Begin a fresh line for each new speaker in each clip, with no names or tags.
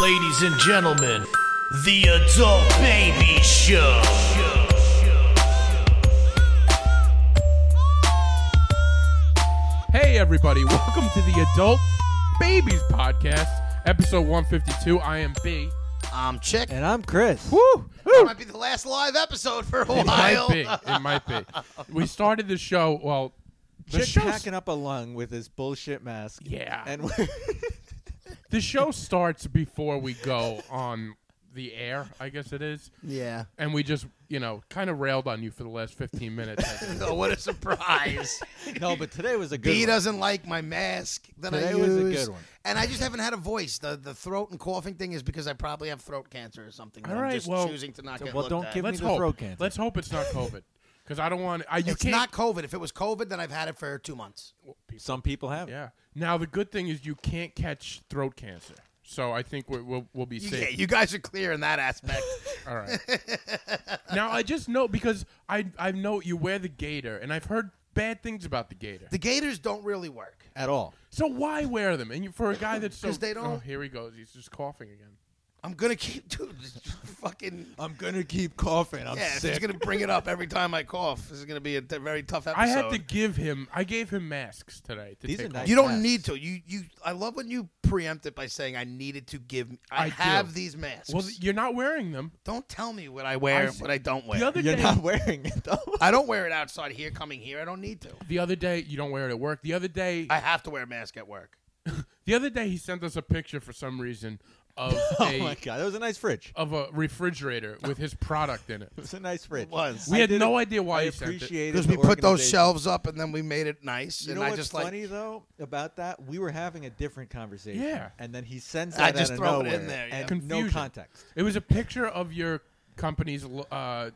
Ladies and gentlemen, the Adult Baby Show.
Hey, everybody, welcome to the Adult Babies Podcast, episode 152. I am B.
I'm Chick.
And I'm Chris.
Woo!
Um, That
Woo!
might be the last live episode for a
It might
while.
be. It might be. We started the show, well, the
Chick
show,
packing up a lung with his bullshit mask.
Yeah.
And we're
the show starts before we go on the air, I guess it is.
yeah.
And we just, you know, kind of railed on you for the last 15 minutes.
Oh, what a surprise.
no, but today was a good.
B
one.
doesn't like my mask that I
Today
use.
was a good one.
And I just haven't had a voice. The the throat and coughing thing is because I probably have throat cancer or something. that
All
I'm
right,
just
well-
choosing to not get
well,
looked
don't
at.
give me
Let's
the
hope.
throat cancer.
Let's hope it's not COVID. Because I don't want. I, you
It's
can't,
not COVID. If it was COVID, then I've had it for two months.
Some people have.
Yeah. Now the good thing is you can't catch throat cancer, so I think we're, we'll we'll be
Yeah,
safe.
you guys are clear in that aspect.
All right. now I just know because I I know you wear the gator, and I've heard bad things about the gator.
the gators don't really work.
At all.
so why wear them? And you, for a guy that's so
'Cause they don't-
oh here he goes he's just coughing again.
I'm gonna keep, dude. this Fucking
I'm going to keep coughing. I'm
yeah, it's just gonna bring it up every time I cough. This is gonna be a t- very tough episode.
I had to give him I gave him masks today. To
These
take
are
home.
nice.
You don't
masks.
need to. You you. I love when you preempt it by saying I needed to give. I,
I do.
have these masks.
Well, you're not wearing them.
don't tell me what I wear,
I
and
see.
what I don't wear.
The other
You're
day,
not wearing it, Oh though.
I don't wear it outside here. Coming here, I don't need to.
the other day you don't wear it at work. The other day,
I have to wear a mask at work.
the other day he sent us a picture for some reason of
Oh,
a
my God. That was a nice fridge.
of a refrigerator with his product in it.
It was a nice fridge.
It was.
We
I
had
did
no
it-
idea why
I
you sent it.
appreciated
Because
the
we put those
organization.
shelves up, and then we made it nice.
You
and
know
I
what's
just
funny,
like.
though, about that? We were having a different conversation.
Yeah.
And then he sends
I
that
just
out
throw
of
it
nowhere.
in there, yeah.
And
Confusion.
no context.
It was a picture of your company's uh,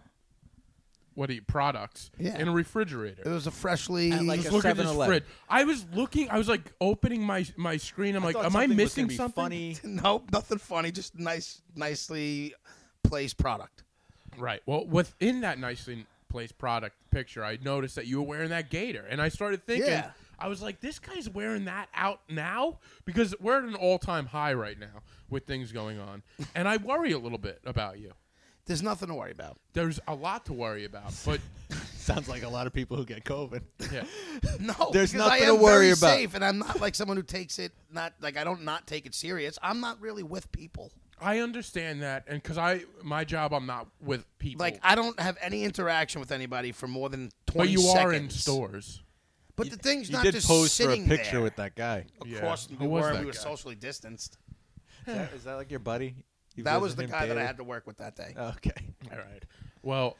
what do you products
Yeah.
in a refrigerator.
It was a freshly.
And like
Just
a
look at this
7-Eleven.
fridge. I was looking. I was like opening my my screen. I'm like,
Thought
am I
something was
missing
gonna be
something?
Funny.
nope, nothing funny. Just nice, nicely placed product.
Right. Well, within that nicely placed product picture, I noticed that you were wearing that gator, and I started thinking.
Yeah.
I was like, this guy's wearing that out now because we're at an all time high right now with things going on, and I worry a little bit about you.
There's nothing to worry about.
There's a lot to worry about, but
Sounds like a lot of people who get COVID.
yeah.
No,
There's
because I
nothing
am
to worry
very
about.
Safe, and I'm not like someone who takes it not like I don't not take it serious. I'm not really with people.
I understand that, and because I my job, I'm not with people.
Oh.
Like I don't have any interaction with anybody for more than
but
twenty.
you are in
seconds.
stores.
But the thing's
You
not
did
just
post for a
sitting
picture
there.
with that guy.
Of
Yeah.
course,
Who
we
was
were.
that
we were
guy?
socially distanced.
Is that- is that like your buddy? You
That
visit
was the
him Oh,
guy that I
daily?
had to work with that day.
Okay.
All right. Well,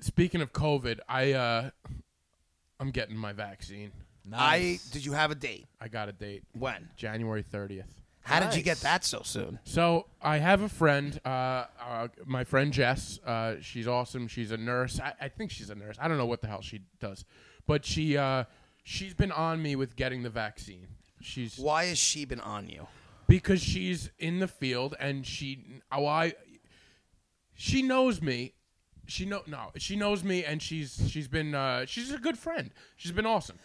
speaking of COVID, I uh, I'm getting my vaccine.
I did. You have a date?
I got a date,
When?
January 30th.
How did you
Nice.
get that so soon?
So I have a friend, uh, uh, my friend Jess. Uh, she's awesome. She's a nurse. I, I think she's a nurse. I don't know what the hell she does, but she uh, she's been on me with getting the vaccine. She's
Why has she been on you?
because she's in the field and she oh I she knows me she know no she knows me and she's she's been uh, she's a good friend she's been awesome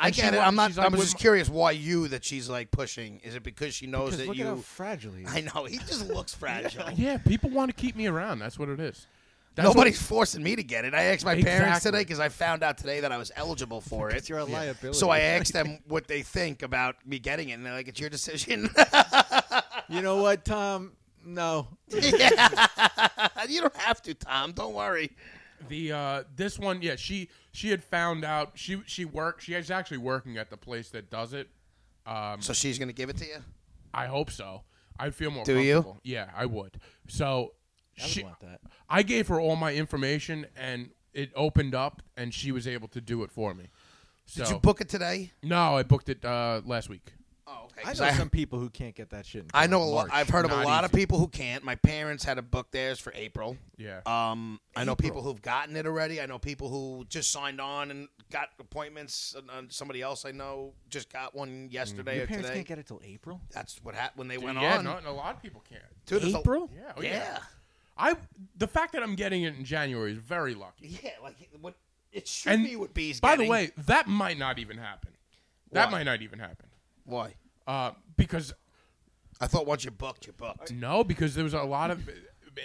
I
And she
get it.
wa-
I'm not.
she's like,
I was
with
just
my-
curious why you that she's like pushing. Is it because she knows
Because
that
look at how
you?
fragile he is.
I know he just looks fragile.
yeah people want to keep me around that's what it is that's
Nobody's forcing me to get it. I asked my parents
Exactly.
today because I found out today that I was eligible for it.
It's your liability.
So I asked them what they think about me getting it, and they're like, "It's your decision."
you know what, Tom? No.
Yeah. you don't have to, Tom. Don't worry.
what, the uh, this one yeah she she had found out she she worked she is actually working at the place that does it um,
So she's gonna give it to you.
I hope so I feel more
Do you?
comfortable. yeah I would so
I would
she,
want that.
I gave her all my information, and it opened up, and she was able to do it for me. So
Did you book it today?
no, I booked it uh, last week.
Oh, okay.
I
'cause
know
I,
some people who can't get that shit. until
I know a lot.
March.
I've heard of a
Not
lot of
easy.
people who can't. My parents had to book theirs for April.
Yeah.
Um, I know people who've gotten it already. I know people who just signed on and got appointments. And, uh, somebody else I know just got one yesterday
Mm. Your
or
parents
today.
can't get it till April.
That's what happened when they went
yeah,
on.
no, and a lot of people can't.
Dude, there's a-
April?
Yeah, oh,
yeah. yeah.
I the fact that I'm getting it in January is very lucky.
like what it should
And
be what B's
by
getting.
the way, that might not even happen. That
Why?
might not even happen
why?
uh, because
I thought once you booked, you booked.
No, because there was a lot of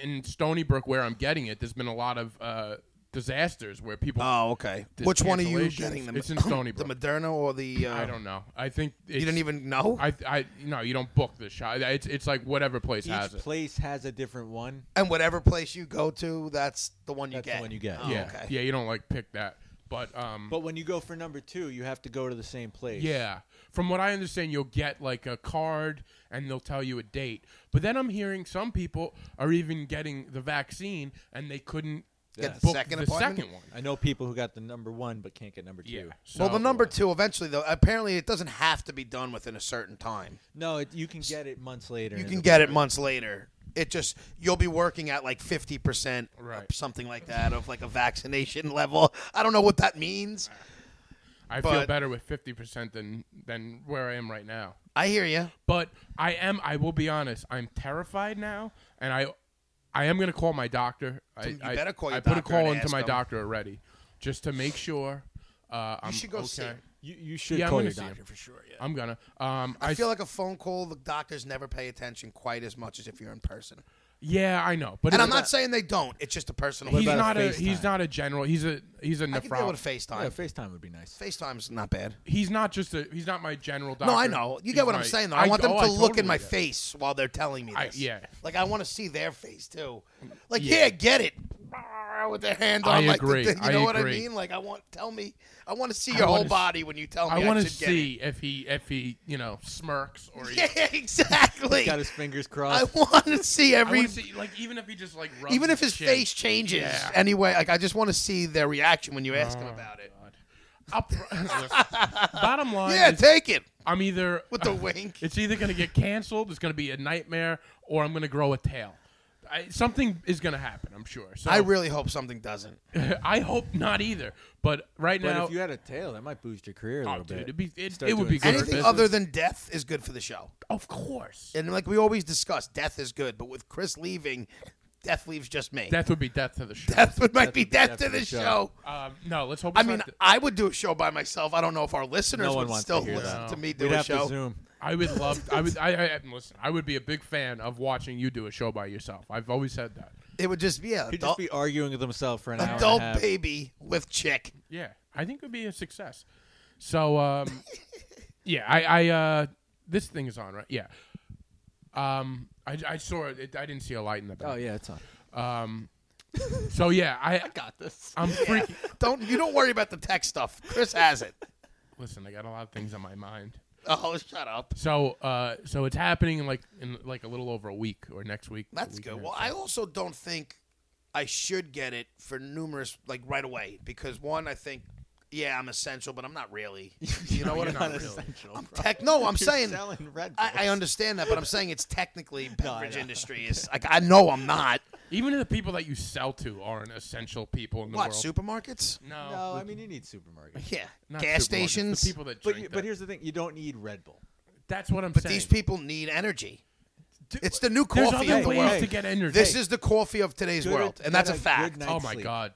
in Stony Brook where I'm getting it. There's been a lot of uh, disasters where people.
Oh, okay.
The
Which one are you
cancellations.
getting? The,
It's in Stony
the
Brook.
Moderna or the? Uh,
I don't know. I think it's,
You didn't even know.
I, I no, you don't book the shot. It's it's like whatever place
Each
has it.
place has a different one.
and whatever place you go to, that's the one you
That's the
get.
one you get.
Oh,
yeah,
Okay.
yeah. You don't like pick that, but um,
But when you go for number two, you have to go to the same place.
yeah. From what I understand, you'll get like a card and they'll tell you a date. But then I'm hearing some people are even getting the vaccine and they couldn't
Get the
book
second
the
appointment?
second one.
I know people who got the number one but can't get number two.
Yeah. So,
Well, the number two eventually though. Apparently, it doesn't have to be done within a certain time.
No, it, you can get it months later.
You
and
can
it'll-
get it months later. It just you'll be working at like fifty percent,
Right.
something like that, of like a vaccination level. I don't know what that means.
I feel
but-
better with fifty percent than than where I am right now.
I hear you.
But I am. I will be honest. I'm terrified now, and I, I am going to call my doctor. I,
You
I-
better call your
I put a
doctor
call
and
into
ask
my
him.
doctor already, just to make sure. Uh, I'm
should go
okay.
see him.
You, you should
Yeah, I'm
call
gonna
your
see
doctor
him.
for sure. Yeah.
I'm gonna. Um, I,
I feel like a phone call. The doctors never pay attention quite as much as if you're in person.
yeah, I know, but
And
it-
I'm not saying they don't. It's just a personal.
He's
about a
not a,
FaceTime?
he's not a general. He's a he's a
I can deal
nephrologist.
with FaceTime.
Yeah, FaceTime would be nice.
FaceTime's not bad.
he's not just a he's not my general doctor.
No, I know. You
He's
get what
my-
I'm saying, though. I, want them
oh,
to look
totally
in my
get it.
face while they're telling me
I-
this.
yeah.
Like, I want to see their face, too. Like, yeah,
Yeah.
get it. Brrr, With their hand on,
I
like, the
agree.
thing, you
I
know what I
agree.
mean? Like, I want, tell me, I want to see
I
your whole
wanna s-
body when you tell me.
I want to
should get it.
see if he if he you know smirks or he,
Yeah, exactly.
Got his fingers
I
crossed.
want to see
I
every,
wanna see, like even if he just like rubs
even if his
chin.
face changes
Yeah.
anyway. Like, I just want to see their reaction when you ask them
Oh,
about it.
God. I'll pr- bottom line
Yeah,
is
take it
I'm either
with the wink.
it's either going to get canceled, it's going to be a nightmare, or I'm going to grow a tail. I, something is going to happen, I'm sure. So
I really hope something doesn't.
I hope not either. But right
But
now,
if you had a tail, that might boost your career a
Oh,
little
dude,
bit.
it'd be- it-
Start
it would
doing
be good.
something.
Anything
business.
other than death is good for the show.
of course,
And like we always discuss, death is good, but with Chris leaving, death leaves just me. Death,
death would be death to the show.
would might be death, to the show.
Um, no, let's hope.
I
it's
mean,
not th-
I would do a show by myself. I don't know if our listeners
No one
would
wants
still
to hear
listen
that.
to me do
We'd
a
have
show.
to zoom.
I would love. I would. I, I and listen. I would be a big fan of watching you do a show by yourself. I've always said that.
It would just be yeah,
He'd
adult,
just be arguing with himself for an hour.
adult
and a half.
baby with chick.
Yeah, I think it would be a success. So, um, yeah, I, I uh, this thing is on, right? Yeah. Um, I, I saw it. I didn't see a light in the
Oh
back.
yeah, it's on.
So yeah, I,
Got this.
I'm freaking.
Don't you don't worry about the tech stuff. Chris has it.
Listen, I got a lot of things on my mind.
Oh, shut up.
So, uh, so it's happening in like in like a little over a week or next week.
That's
week
good.
and a
Well,
half.
I also don't think I should get it for numerous like right away because one, I think yeah, I'm essential, but I'm not really. You know what
you're
I
not
mean?
really.
I'm tech. No, I'm saying
selling Red
I, I
Bulls.
understand that, but I'm saying it's technically beverage
know.
industry is like I know I'm not.
Even the people that you sell to aren't essential people in the
What
world.
supermarkets?
no,
No, I mean you need supermarkets.
Yeah,
not
gas
supermarkets,
stations.
The people that
But
drink.
you-
that.
but here's the thing: you don't need Red Bull.
that's what I'm
but
saying.
these people need energy.
Dude,
It's the new
There's
coffee
other
of the
ways
world.
to get energy.
This is the coffee of today's
Good-
world, and that's a
get a good
fact.
night-
oh my
sleep.
god.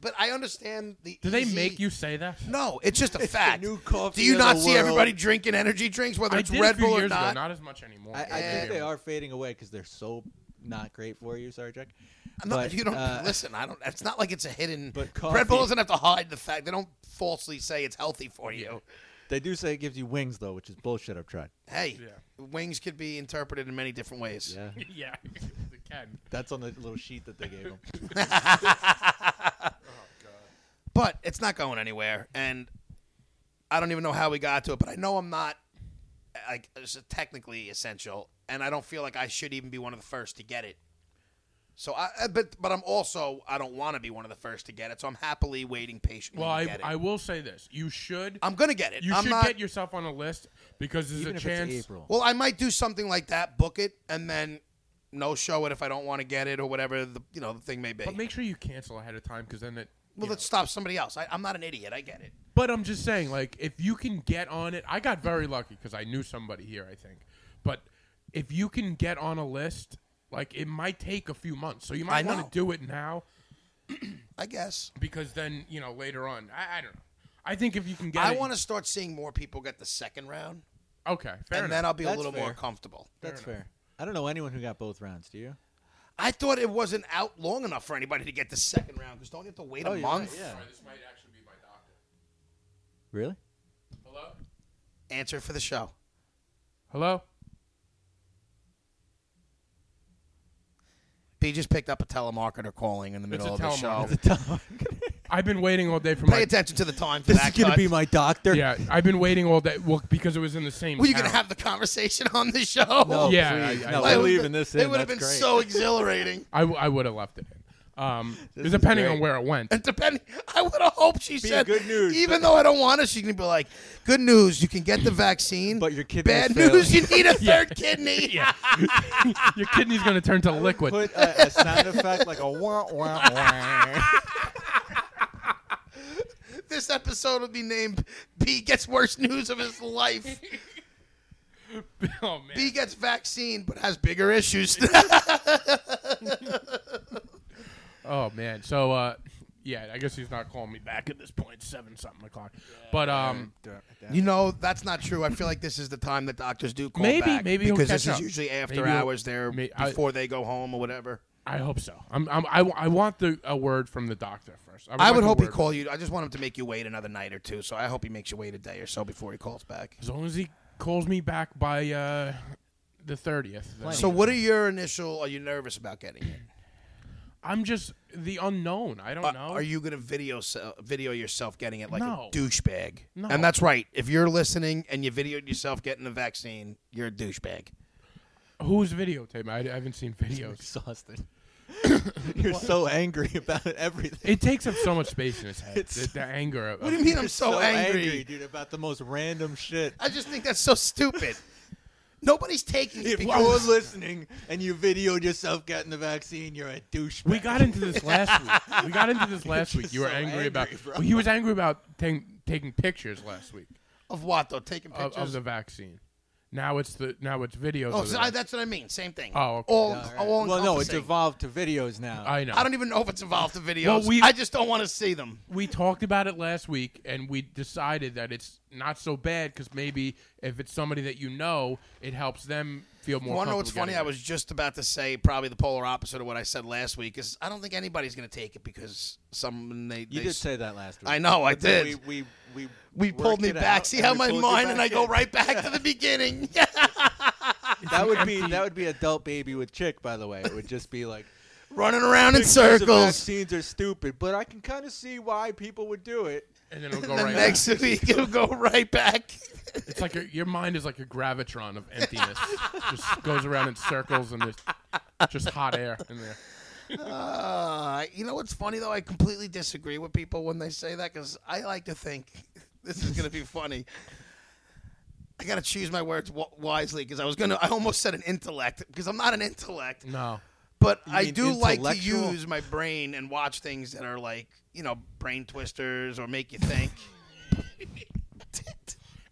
But I understand the.
Do they
easy-
make you say that?
No, it's just a fact.
new coffee
Do you
of
not
the
see
world.
everybody drinking energy drinks, whether
I
it's
did
Red
a few
Bull or
years
not?
Ago, not as much anymore.
I, I
Yeah.
think they are fading away because they're so not great for you, Sarjak.
No,
But,
you don't
uh,
listen. I don't. It's not like it's a hidden.
But
Red Bull
coffee-
doesn't have to hide the fact. They don't falsely say it's healthy for you.
They do say it gives you wings though, which is bullshit. I've tried.
Hey,
Yeah.
wings could be interpreted in many different ways.
Yeah,
yeah, they can.
that's on the little sheet that they gave him.
But it's not going anywhere, and I don't even know how we got to it. But I know I'm not like it's technically essential, and I don't feel like I should even be one of the first to get it. So I, I- but but I'm also I don't want to be one of the first to get it. So I'm happily waiting patiently.
Well,
to
I,
get
I
it.
will say this: you should
I'm gonna get it.
you
I'm
should
not,
get yourself on a list because there's
Even
a
if
chance.
it's April.
Well, I might do something like that, book it, and then no show it if I don't want to get it or whatever the you know the thing may be.
But make sure you cancel ahead of time because then it. you
well,
know.
that stops somebody else. I, I'm not an idiot. I get it.
But I'm just saying, like, if you can get on it, I got very lucky because I knew somebody here, I think. But if you can get on a list, like, it might take a few months, so you
I
might
know.
want to do it now
I guess.
because then you know later on. I, I don't know. I think if you can get,
I
it-
want to start seeing more people get the second round.
Okay, fair
and
enough.
then I'll be a
That's
little more
fair.
comfortable.
That's fair. I don't know anyone who got both rounds. Do you?
I thought it wasn't out long enough for anybody to get the second round because don't you have to wait
Oh,
a
you're
month?
right, yeah.
this might actually be my doctor.
Really?
Hello?
Answer for the show.
Hello?
He just picked up a telemarketer calling in the
It's
middle of
a
the show.
telemarketer. I've been waiting all day for
Pay
my.
attention to the time for
this
that.
is gonna
cut.
be my doctor.
yeah, I've been waiting all day. Well, because it was in the same.
Were you going to
town.
have the conversation on the show?
No,
Oh, Yeah,
please.
I- I-
no,
I
we're
would've
leaving
been-
this in.
It would have been
That's great.
so exhilarating.
I, w- I would have left it in. Um,
is
depending
great.
on where it went.
And depending, I would have hoped she
Be
said,
good news,
Even though I don't want it, she's gonna be like, "Good news, you can get the vaccine."
But your kidney
Bad
is failing."
news, you need a third kidney.
Your kidney's going to turn to liquid.
Put a, a sound effect like a wah wah wah.
This episode will be named "B gets worse news of his life."
oh man.
B gets vaccine, but has bigger issues.
Oh man. So uh, yeah, I guess he's not calling me back at this point. Seven something o'clock. But um,
you know that's not true. I feel like this is the time that doctors do call
Maybe-
back
maybe he'll
because this
catch
is
up.
usually after
Maybe he'll-
hours. There
may- I-
before they go home or whatever.
I hope so. I'm, I'm I, w- I want the a word from the doctor first.
I
like
would
a
hope he
word.
call you. I just want him to make you wait another night or two. So I hope he makes you wait a day or so before he calls back.
as long as he calls me back by uh, the thirtieth.
So what are your initial? Are you nervous about getting it?
I'm just the unknown. I don't
Uh,
know.
Are you going to video se- video yourself getting it like
No.
a douchebag?
No.
And that's right. If you're listening and you videoed yourself getting the vaccine, you're a douchebag.
Who's videotaping? I, I haven't seen videos.
exhausted. You're so angry about everything.
It takes up so much space in his head.
It's-
The, the anger. Of,
What do you mean I'm so, angry?
dude, about the most random shit.
I just think that's so stupid. Nobody's taking it
If you
because
were listening and you videoed yourself getting the vaccine, you're a douchebag.
We got into this last week. We got into this last week. You were
so
angry,
angry,
about.
bro.
Well, he was angry about taking taking pictures last week
of what though? Taking
of,
pictures.
of the vaccine. Now it's the now it's videos.
oh,
of the
so I,
vaccine.
that's what I mean. Same thing.
Oh, okay.
all,
All right.
all
Well, no, it's
encompassing.
evolved to videos now.
I know.
I don't even know if it's involved the videos.
Well, we-
I just don't want to see them.
we talked about it last week, and we decided that it's not so bad because maybe if it's somebody that you know, it helps them feel more.
Want to
comfortable
know what's funny?
getting
I
it.
was just about to say probably the polar opposite of what I said last week. Is I don't think anybody's going to take it because some they,
you
they
did
s-
say that last week.
I know, I
But then
did.
We we we,
we
worked
pulled me
it
back.
out
See
and
how
we
my
pulled you
mind and I
back
go
in.
right back to the beginning.
That would be that would be adult baby with chick. By the way, it would just be like
Running around in
"Pictures of
circles.
Vaccines are stupid, but I can kind of see why people would do it.
and then it'll go
The
right. Next,
next week it'll go right back.
it's like a, your mind is like a gravitron of emptiness, just goes around in circles, and there's just hot air in there.
Uh, you know what's funny though? I completely disagree with people when they say that because I like to think this is gonna be funny. I gotta choose my words w- wisely because I was gonna. I almost said an intellect because I'm not an intellect.
No,
But
You
I
mean
do like to
intellectual?
use my brain and watch things that are like, you know, brain twisters or make you think.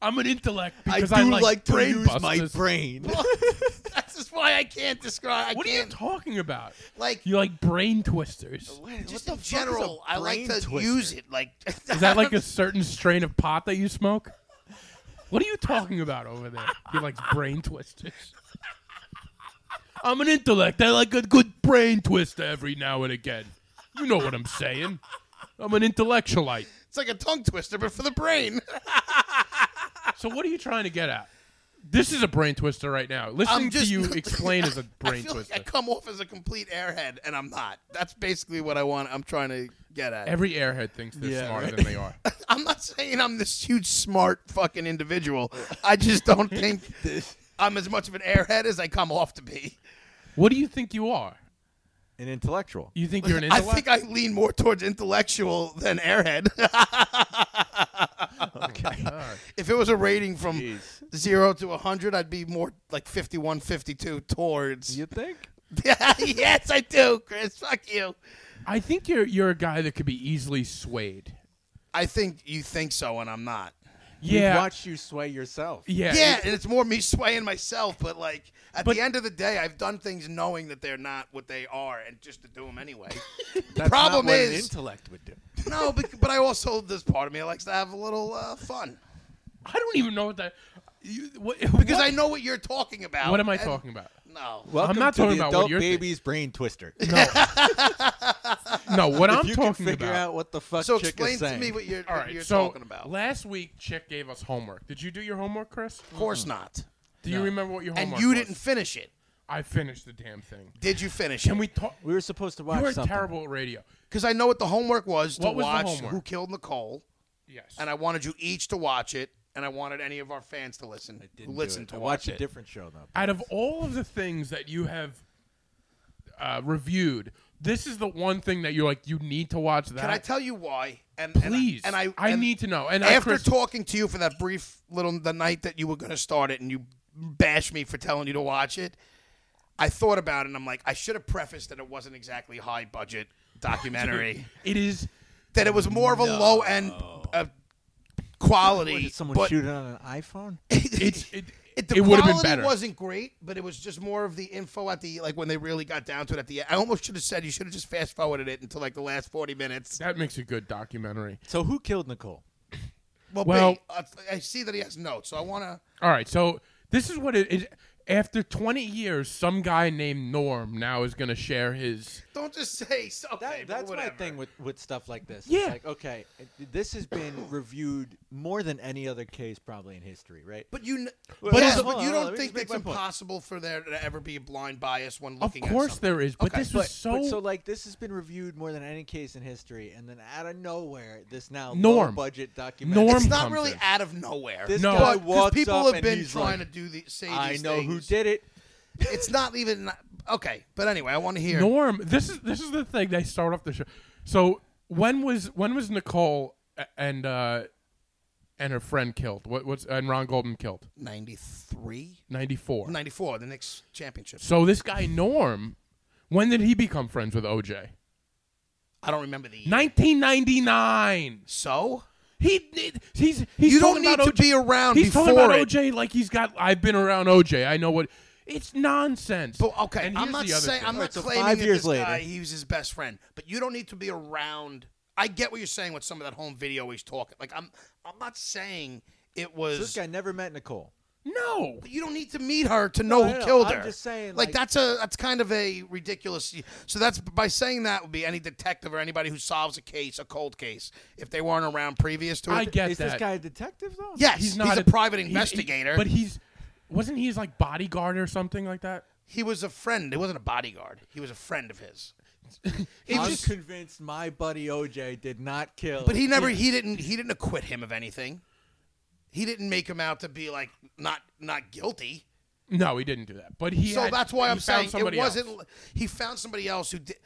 I'm an intellect
I
because
do
I,
like, to
brain
use my
busters.
brain.
That's just why I can't describe. I
What are you
can't
talking about?
like
You like brain twisters?
just in general. I like to use it. Like
Is that like a certain strain of pot that you smoke? What are you talking about over there? He likes brain twisters. I'm an intellect. I like a good brain twister every now and again. You know what I'm saying. I'm an intellectualite.
it's like a tongue twister, but for the brain.
So what are you trying to get at? This is a brain twister right now. Listening
I'm just
to you explain is a
I
brain
feel
twister.
like I come off as a complete airhead, and I'm not. That's basically what I want. I'm trying to get at.
Every airhead thinks they're
Yeah,
smarter
right.
than they are.
I'm not saying I'm this huge smart fucking individual. I just don't think I'm as much of an airhead as I come off to be.
What do you think you are?
An intellectual.
You think you're an
I
intellect?
think I lean more towards intellectual than airhead. if it was a rating from
Jeez.
0 to 100, I'd be more like 51, 52 towards.
You think?
yes, I do, Chris. Fuck you.
I think you're you're a guy that could be easily swayed.
I think you think so, and I'm not.
Yeah.
We've watched you sway yourself.
yeah.
Yeah, and it's more me swaying myself, but like at
But-
the end of the day, I've done things knowing that they're not what they are, and just to do them anyway.
That's
Problem
not what an
is-
intellect would do.
no, but, but I also this part of me likes to have a little uh, fun.
I don't even know what that. You, what,
Because I know what you're talking about.
What am I
and-
talking about?
No.
Welcome
not
to
talking
the
about what
adult
you're thinking.
baby's brain twister.
No, what I'm
if you
talking
can figure
about.
out what the fuck
So
chick
explain
is
to
saying.
me what you're,
all
what
right,
you're
so
talking about.
last week Chick gave us homework. Did you do your homework, Chris?
of course not.
Do you remember what your homework
And you
was?
didn't finish it.
I finished the damn thing.
Did you finish
Can
it?
we talk?
we were supposed to watch
You were
something.
terrible at radio.
Because I know what the homework was to
What was the
watch
homework?
Who Killed Nicole,
Yes.
and I wanted you each to watch it, and I wanted any of our fans to listen.
Didn't
who
do
listen
it.
to
I
watch
watched a
it.
different show though.
out of all of the things that you have uh, reviewed, this is the one thing that you're like, you need to watch that.
Can I tell you why? And and I-
Please,
and I,
I
and
need to know. And I-
after
Chris-
talking to you for that brief little the night that you were going to start it, and you bashed me for telling you to watch it, I thought about it, and I'm like, I should have prefaced that it wasn't exactly high budget documentary,
it is.
that it was more of a low end uh, quality.
What, did someone
but
shoot it on an iPhone?
It's it.
It,
It,
the
would have been
quality
better.
wasn't great, but it was just more of the info at the like when they really got down to it at the end. I almost should have said you should have just fast forwarded it until like the last forty minutes.
that makes a good documentary.
So who killed Nicole?
Well,
Well-
B, uh, I see that he has notes, so I want to.
All right, so this is what it is. After 20 years, some guy named Norm now is going to share his.
Don't just say something.
That,
but
that's my
whatever.
thing with, with stuff like this.
Yeah.
It's like, okay, this has been reviewed more than any other case probably in history, right?
But you, kn-
Well,
but,
yeah,
it's-
hold
but
on,
you
hold on,
don't
let me
think
just make
it's
my point.
impossible for there to ever be a blind bias when
Of
looking.
course
at
there is, but
Okay.
this was so.
But so like this has been reviewed more than any case in history, and then out of nowhere, this now
Norm.
budget documentary.
Norm-
It's not
comes
really
in.
out of nowhere.
This
No. But-
guy
because
walks
people
up
have
and
been
he's
trying
like,
to do the say
I
these
know who
things.
did it.
It's not even okay. But anyway, I want to hear.
Norm, this is this is the thing they start off the show. So when was when was Nicole a- and uh and her friend killed? What what's and Ron Goldman killed?
93?
94.
94, the Knicks championship.
So this guy Norm, when did he become friends with OJ?
I don't remember the year.
1999.
So?
He he's he's
You
talking
don't need
about OJ.
to be around
He's
before
talking about
it.
OJ like he's got I've been around OJ. I know what It's nonsense.
But okay,
And
I'm
here's
not
the other
saying
thing.
I'm not
Alright, so
claiming
five
that
years
this
later.
guy he was his best friend, but you don't need to be around. I get what you're saying with some of that home video he's talking. Like I'm, I'm not saying it was.
This guy never met Nicole.
No.
But you don't need to meet her to know
I
who
know.
killed
I'm
her.
just saying,
like,
like-
that's a that's kind of a ridiculous. So that's by saying that would be any detective or anybody who solves a case, a cold case, if they weren't around previous to it.
I get
Is
that.
this guy a detective though?
yes,
he's not
a, private investigator.
but he's wasn't he his like bodyguard or something like that?
He was a friend. He wasn't a bodyguard. He was a friend of his. He
I'm
just-
convinced my buddy OJ did not kill.
but he never. He didn't. He didn't acquit him of anything. He didn't make him out to be like not not guilty.
No, he didn't do that. But he
so
had-
that's why
he
I'm
found
saying it
somebody
wasn't.
else
He found somebody else who did.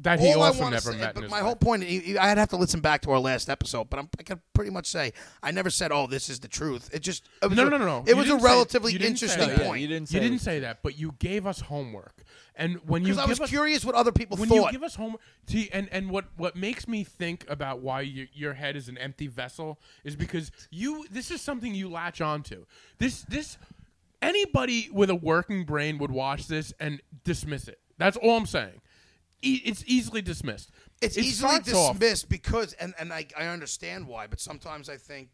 that he
all I
also
want to
never
say,
met. in
but
his
my
life.
whole point, you- you- I'd have to listen back to our last episode, but I'm, I can pretty much say I never said, "Oh, this is the truth." It just it was
No,
a,
no, no, no.
It
You
was a
didn't say-
relatively
you didn't say
interesting
that. Yeah,
you
point
didn't say
You didn't
it.
say that, but you gave us homework. And when you
because
give
I was
us
curious what other people
when
thought.
you give us homework, see, and and what what makes me think about why your your head is an empty vessel is because you this is something you latch onto. This this anybody with a working brain would watch this and dismiss it. That's all I'm saying. E- it's easily dismissed.
it's
It
easily
starts off-
dismissed because and, and I, I understand why but sometimes i think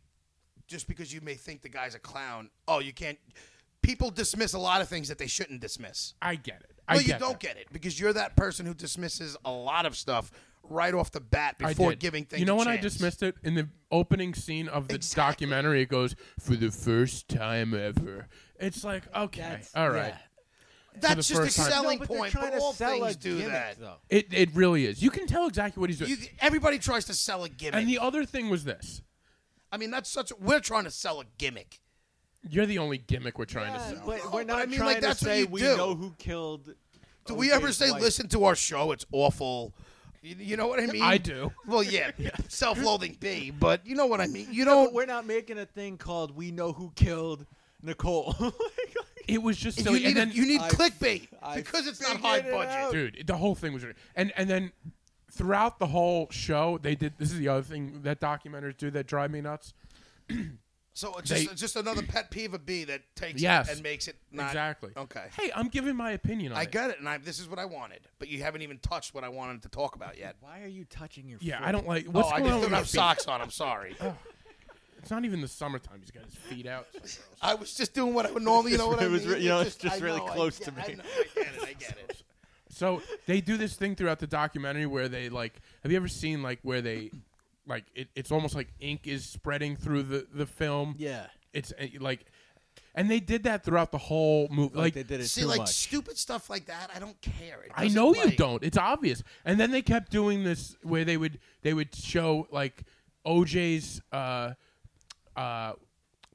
just because you may think the guy's a clown oh you can't people dismiss a lot of things that they shouldn't dismiss
I get it. I
well you
get
don't
that.
get it because you're that person who dismisses a lot of stuff right off the bat
I
before
did.
giving things
You know
a
when I
chance.
dismissed it in the opening scene of the documentary? It goes for the first time ever. It's like okay,
That's-
all right.
yeah.
that's
the
just a
first time. No,
selling
but they're
point
trying
but
to
all
sell
things
a
do
gimmick,
that
though.
It it really is. You can tell exactly what he's doing.
you, everybody tries to sell a gimmick
and the other thing was this:
i mean that's such we're trying to sell a gimmick
you're the only gimmick we're trying to sell.
But
Oh, but I
we're not
mean, like,
trying
that's
to
what
say
you
we
do.
know who killed.
Do we ever
OJ's
say,
wife.
listen to our show? It's awful. You, you know what I mean?
I do.
Well, yeah, self-loathing B, but you know what I mean. You
No,
don't.
but we're not making a thing called "We Know Who Killed Nicole." Like,
It was just
you
silly.
need,
and then,
a, you need
I-
clickbait
I
because it's not
figured
high
it
budget.
out.
dude, the whole thing was. ridiculous. And and then throughout the whole show, they did. This is the other thing that documentaries do that drive me nuts.
So it's just,
They-
it's just another pet peeve of B that takes
Yes.
it and makes it not
exactly.
Okay,
Hey, I'm giving my opinion on
I
it.
get it, and I, this is what I wanted, but you haven't even touched what I wanted to talk about yet.
Why are you touching your?
yeah,
foot?
I don't like. What's
oh, I
going
just
on
don't
with
have
your feet?
socks on. I'm sorry.
It's not even the summertime. He's got his feet out. It's so gross.
I was just doing what I would normally, you know what I
It was
mean?
re- you know, it's just
I
really
know, I
close
get-
to me.
I, know, I get it. I get it.
So they do this thing throughout the documentary where they like. Have you ever seen like where they, like it, it's almost like ink is spreading through the the film.
Yeah.
It's uh, like, and they did that throughout the whole movie.
Like,
Like,
they did it
See,
too
like
much.
stupid stuff like that, I don't care. It
I
doesn't,
know you
like-
don't. It's obvious. And then they kept doing this where they would they would show like OJ's uh, uh,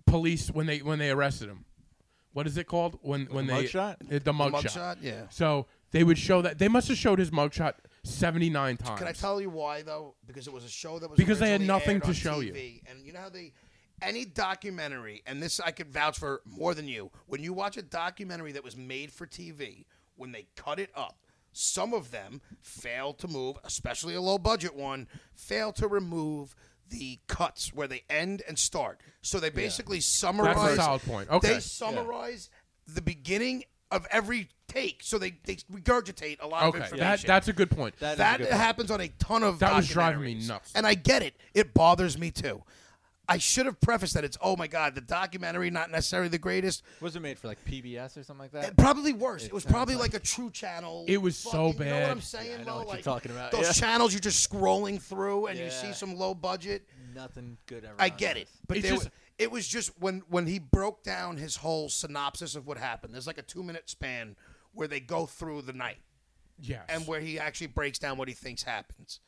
police when they when they arrested him. What is it called when when they
mugshot?
Uh, The mugshot.
mugshot, yeah.
So they would show that they must have showed his mugshot seventy nine times.
Can I tell you why though? Because it was a show that was
Because they had
originally
nothing
aired
to
on
show you.
TV, and you know how they any documentary, and this I could vouch for more than you. When you watch a documentary that was made for TV, when they cut it up, some of them fail to move, especially a low budget one, fail to remove the cuts where they end and start. So they basically summarize.
solid point. Okay.
They summarize the beginning of every take, so they, they regurgitate a lot of
Okay,
information
that, that's a good point.
That is a
that
good point.
happens on a ton of
That was driving me
documentaries.
nuts.
and i get it it bothers me too i should have prefaced that it's oh my god the documentary not necessarily the greatest
Was it made for like PBS or something like that?
It- probably worse it was probably like a true channel
It was so
you know what i'm
bad.
saying
I know
though?
what you're
Like,
talking about,
those
yeah.
channels you're just scrolling through and you
Yeah.
see some low budget
Nothing good ever.
I
on
get it,
this.
but
It's
there
just-
was- it was just when when he broke down his whole synopsis of what happened. There's like a two minute span where they go through the night
Yes.
and where he actually breaks down what he thinks happens.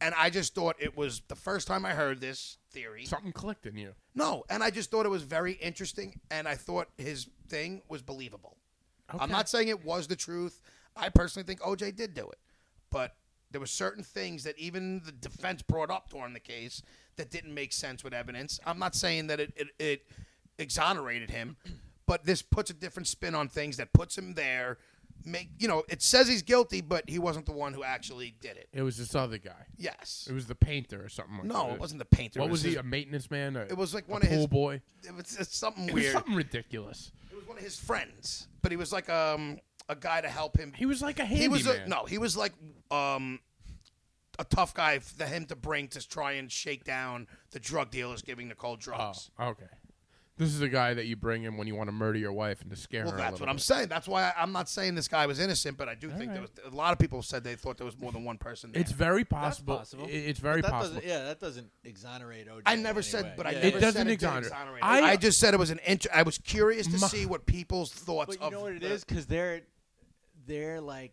And I just thought it was the first time I heard this theory.
something clicked in you.
No, and I just thought it was very interesting, and I thought his thing was believable. I'm
Okay.
not saying it was the truth. I personally think OJ did do it, but there were certain things that even the defense brought up during the case that didn't make sense with evidence. I'm not saying that it it, it exonerated him, but this puts a different spin on things that puts him there. Make you know, it says he's guilty, but he wasn't the one who actually did it.
It was this other guy.
Yes.
It was the painter or something. Like
No,
that.
it wasn't the painter.
What
It
was
his-
he? A maintenance man?
It was like
a
one of his-
pool boy.
It was it's something
It was
weird.
something ridiculous.
It was one of his friends, but he was like um a guy to help him.
He was like a handyman.
he was a, no, he was like um a tough guy for him to bring to try and shake down the drug dealers giving Nicole
Oh,
drugs.
okay. This is the guy that you bring in when you want to murder your wife and to scare
Well,
her.
that's what I'm saying. That's why I, I'm not saying this guy was innocent, but I do think there was a lot of people said they thought there was more than one person. There.
It's very possible.
possible.
I- It's
But
very
that
possible.
doesn't- Yeah, that doesn't exonerate OJ.
I
in
never
any
said,
way.
but I
Yeah,
never
It doesn't
said
exonerate.
It did exonerate.
I-
I, just said it was an int- I was curious to
My-
see what people's thoughts
But you
of
know what it
the-
is? Because they're they're like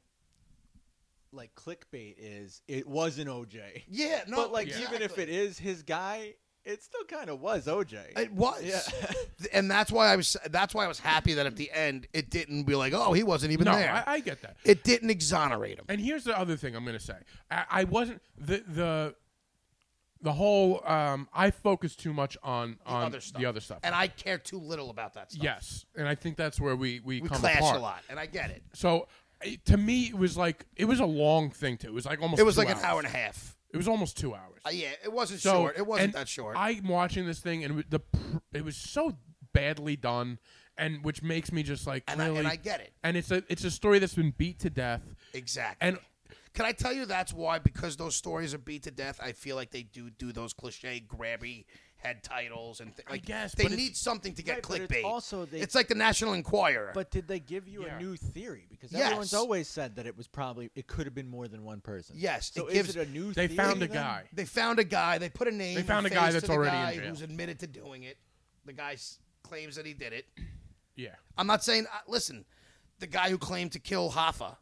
like clickbait is it was an OJ.
Yeah, no,
but like even if
exactly.
it is his guy, it still kind of was OJ.
It was,
Yeah.
Th- and that's why I was. That's why I was happy that at the end it didn't be like, oh, he wasn't even
no,
there.
I, I get that.
it didn't exonerate him.
And here's the other thing I'm going to say. I, I wasn't the the the whole. Um, I focused too much on on the other stuff.
and I care too little about that stuff.
yes, and I think that's where we we,
we
come
clash
apart.
a lot, and I get it.
So it- to me, it was like it was a long thing too. It was like almost
It was
two
like
hours.
an hour and a half.
It was almost two hours.
Uh, yeah, it wasn't
So
short. It wasn't
and
that short.
I'm watching this thing, and the pr- it was so badly done, and which makes me just like
And I-
really.
and I get it.
And it's a it's a story that's been beat to death.
exactly.
And
can I tell you that's why? Because those stories are beat to death. I feel like they do do those cliche grabby head titles and th- like
guess,
they
but it's-
need something to get
Right, but it's
clickbait.
also they-
it's like the National Enquirer.
But did they give you
Yeah.
a new theory? Because
Yes.
everyone's always said that it was probably it could have been more than one person.
Yes,
So
it
is
gives-
it a new?
they
theory
found a
then?
guy.
They found a guy. They put a name.
They
and
found a
face
guy
to
that's
the
already in
guy
jail.
Who's admitted to doing it? The guy s- claims that he did it.
Yeah.
I'm not saying. Uh, listen, the guy who claimed to kill Hoffa,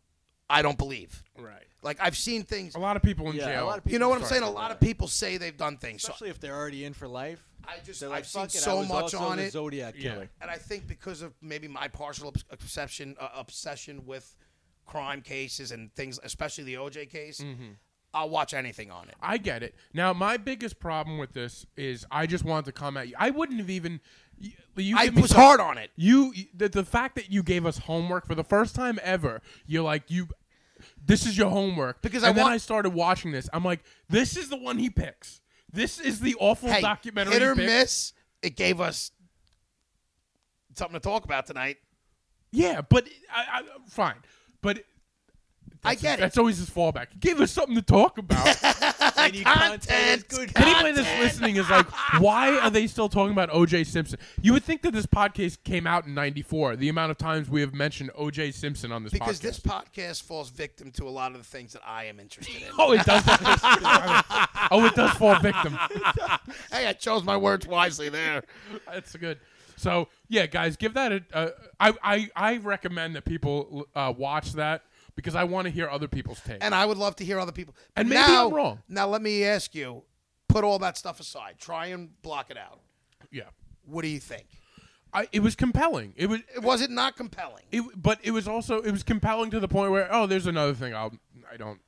I don't believe.
Right.
Like I've seen things.
A lot of people in
Yeah, a
jail.
lot of
You know what I'm
Sorry
saying? A
for
lot
that.
of people say they've done things. So,
especially if they're already in for life.
I just-
They're
I've
like,
seen
"Fuck it, I
so
was
much
also
on
the
it."
Zodiac
Yeah.
killer.
and I think because of maybe my partial obs- obsession, uh, obsession with crime cases and things, especially the OJ case,
Mm-hmm.
I'll watch anything on it.
I get it. Now, my biggest problem with this is I just wanted to come at you. I wouldn't have even. You, you
I
give me
was
some-
hard on it.
You the, the fact that you gave us homework for the first time ever. You're like you. This is your homework
Because I
and then
want-
I started watching this. I'm like, this is the one he picks. This is the awful
hey,
documentary.
hit or
pick.
miss, it gave us something to talk about tonight.
Yeah, but I, I, fine. But
I
That's-
get it.
That's always his fallback. He gave us something to talk about.
Any content is good.
Anybody that's listening is like, why are they still talking about O.J. Simpson? You would think that this podcast came out in '94. The amount of times we have mentioned O.J. Simpson on this
because
podcast.
this podcast falls victim to a lot of the things that I am interested in.
oh, it does. oh, it does fall victim.
hey, I chose my words wisely there.
That's good. So yeah, guys, give that a. Uh, I, I I recommend that people uh, watch that because I want to hear other people's takes.
And I would love to hear other people.
And maybe
now,
I'm wrong.
Now let me ask you: put all that stuff aside. Try and block it out.
yeah,
What do you think?
I, it was compelling. It was.
It was it not compelling?
It, but it was also it was compelling to the point where oh, there's another thing. I'll I don't.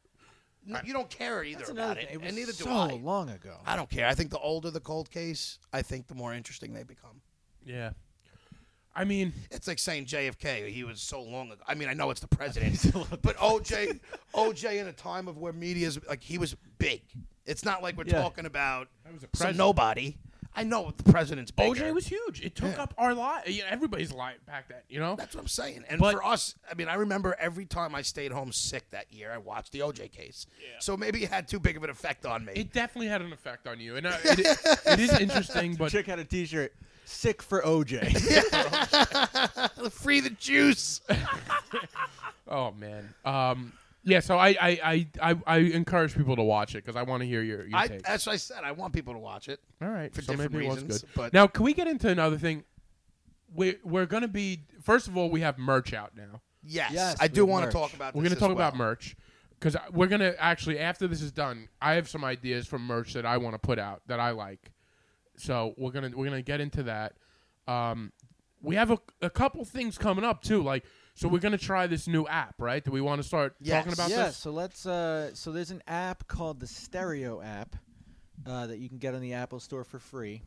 No, you don't care either
That's
about
another
it,
thing. It was
and neither
so
do I.
long ago.
I don't care. I think the older the cold case, I think the more interesting they become.
Yeah, I mean,
It's like saying JFK. He was so long ago. I mean, I know it's the president, but OJ, OJ, in a time of where media's like he was big. It's not like we're
Yeah.
talking about
was a
some
president.
nobody. I know the president's bigger.
OJ was huge. It took up our life. Everybody's life back then. You know.
That's what I'm saying. And
But-
for us, I mean, I remember every time I stayed home sick that year, I watched the OJ case. So maybe it had too big of an effect on me.
It definitely had an effect on you, and uh, it, it is interesting. But
Chick had a T-shirt. Sick for OJ.
Free the juice.
Oh man. Um. Yeah. So I I I, I, I encourage people to watch it because I want to hear your your
I,
take.
that's what I said. I want people to watch it.
All right.
for
so
different
maybe it was
reasons,
good.
but-
now, can we get into another thing? We we're gonna be first of all we have merch out now.
Yes,
Yes,
I do
we
want to
merch.
talk about.
We're
this
gonna
as
talk
well.
about merch because we're gonna actually after this is done, I have some ideas for merch that I want to put out that I like. So we're gonna we're gonna get into that. Um, we have a, a couple things coming up too. Like so, we're gonna try this new app, right? Do we want to start talking
Yes.
about
yeah.
this?
So let's. Uh, so there's an app called the Stereo app uh, that you can get on the Apple Store for free,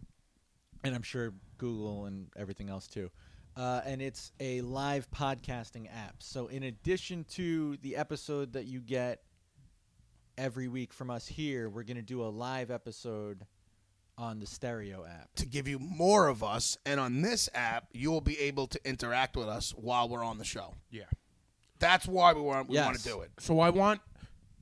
and I'm sure Google and everything else too. Uh, and it's a live podcasting app. So in addition to the episode that you get every week from us here, we're gonna do a live episode on the Stereo app.
to give you more of us, and on this app, you will be able to interact with us while we're on the show.
Yeah.
That's why we want we want
Yes.
to do it.
so I want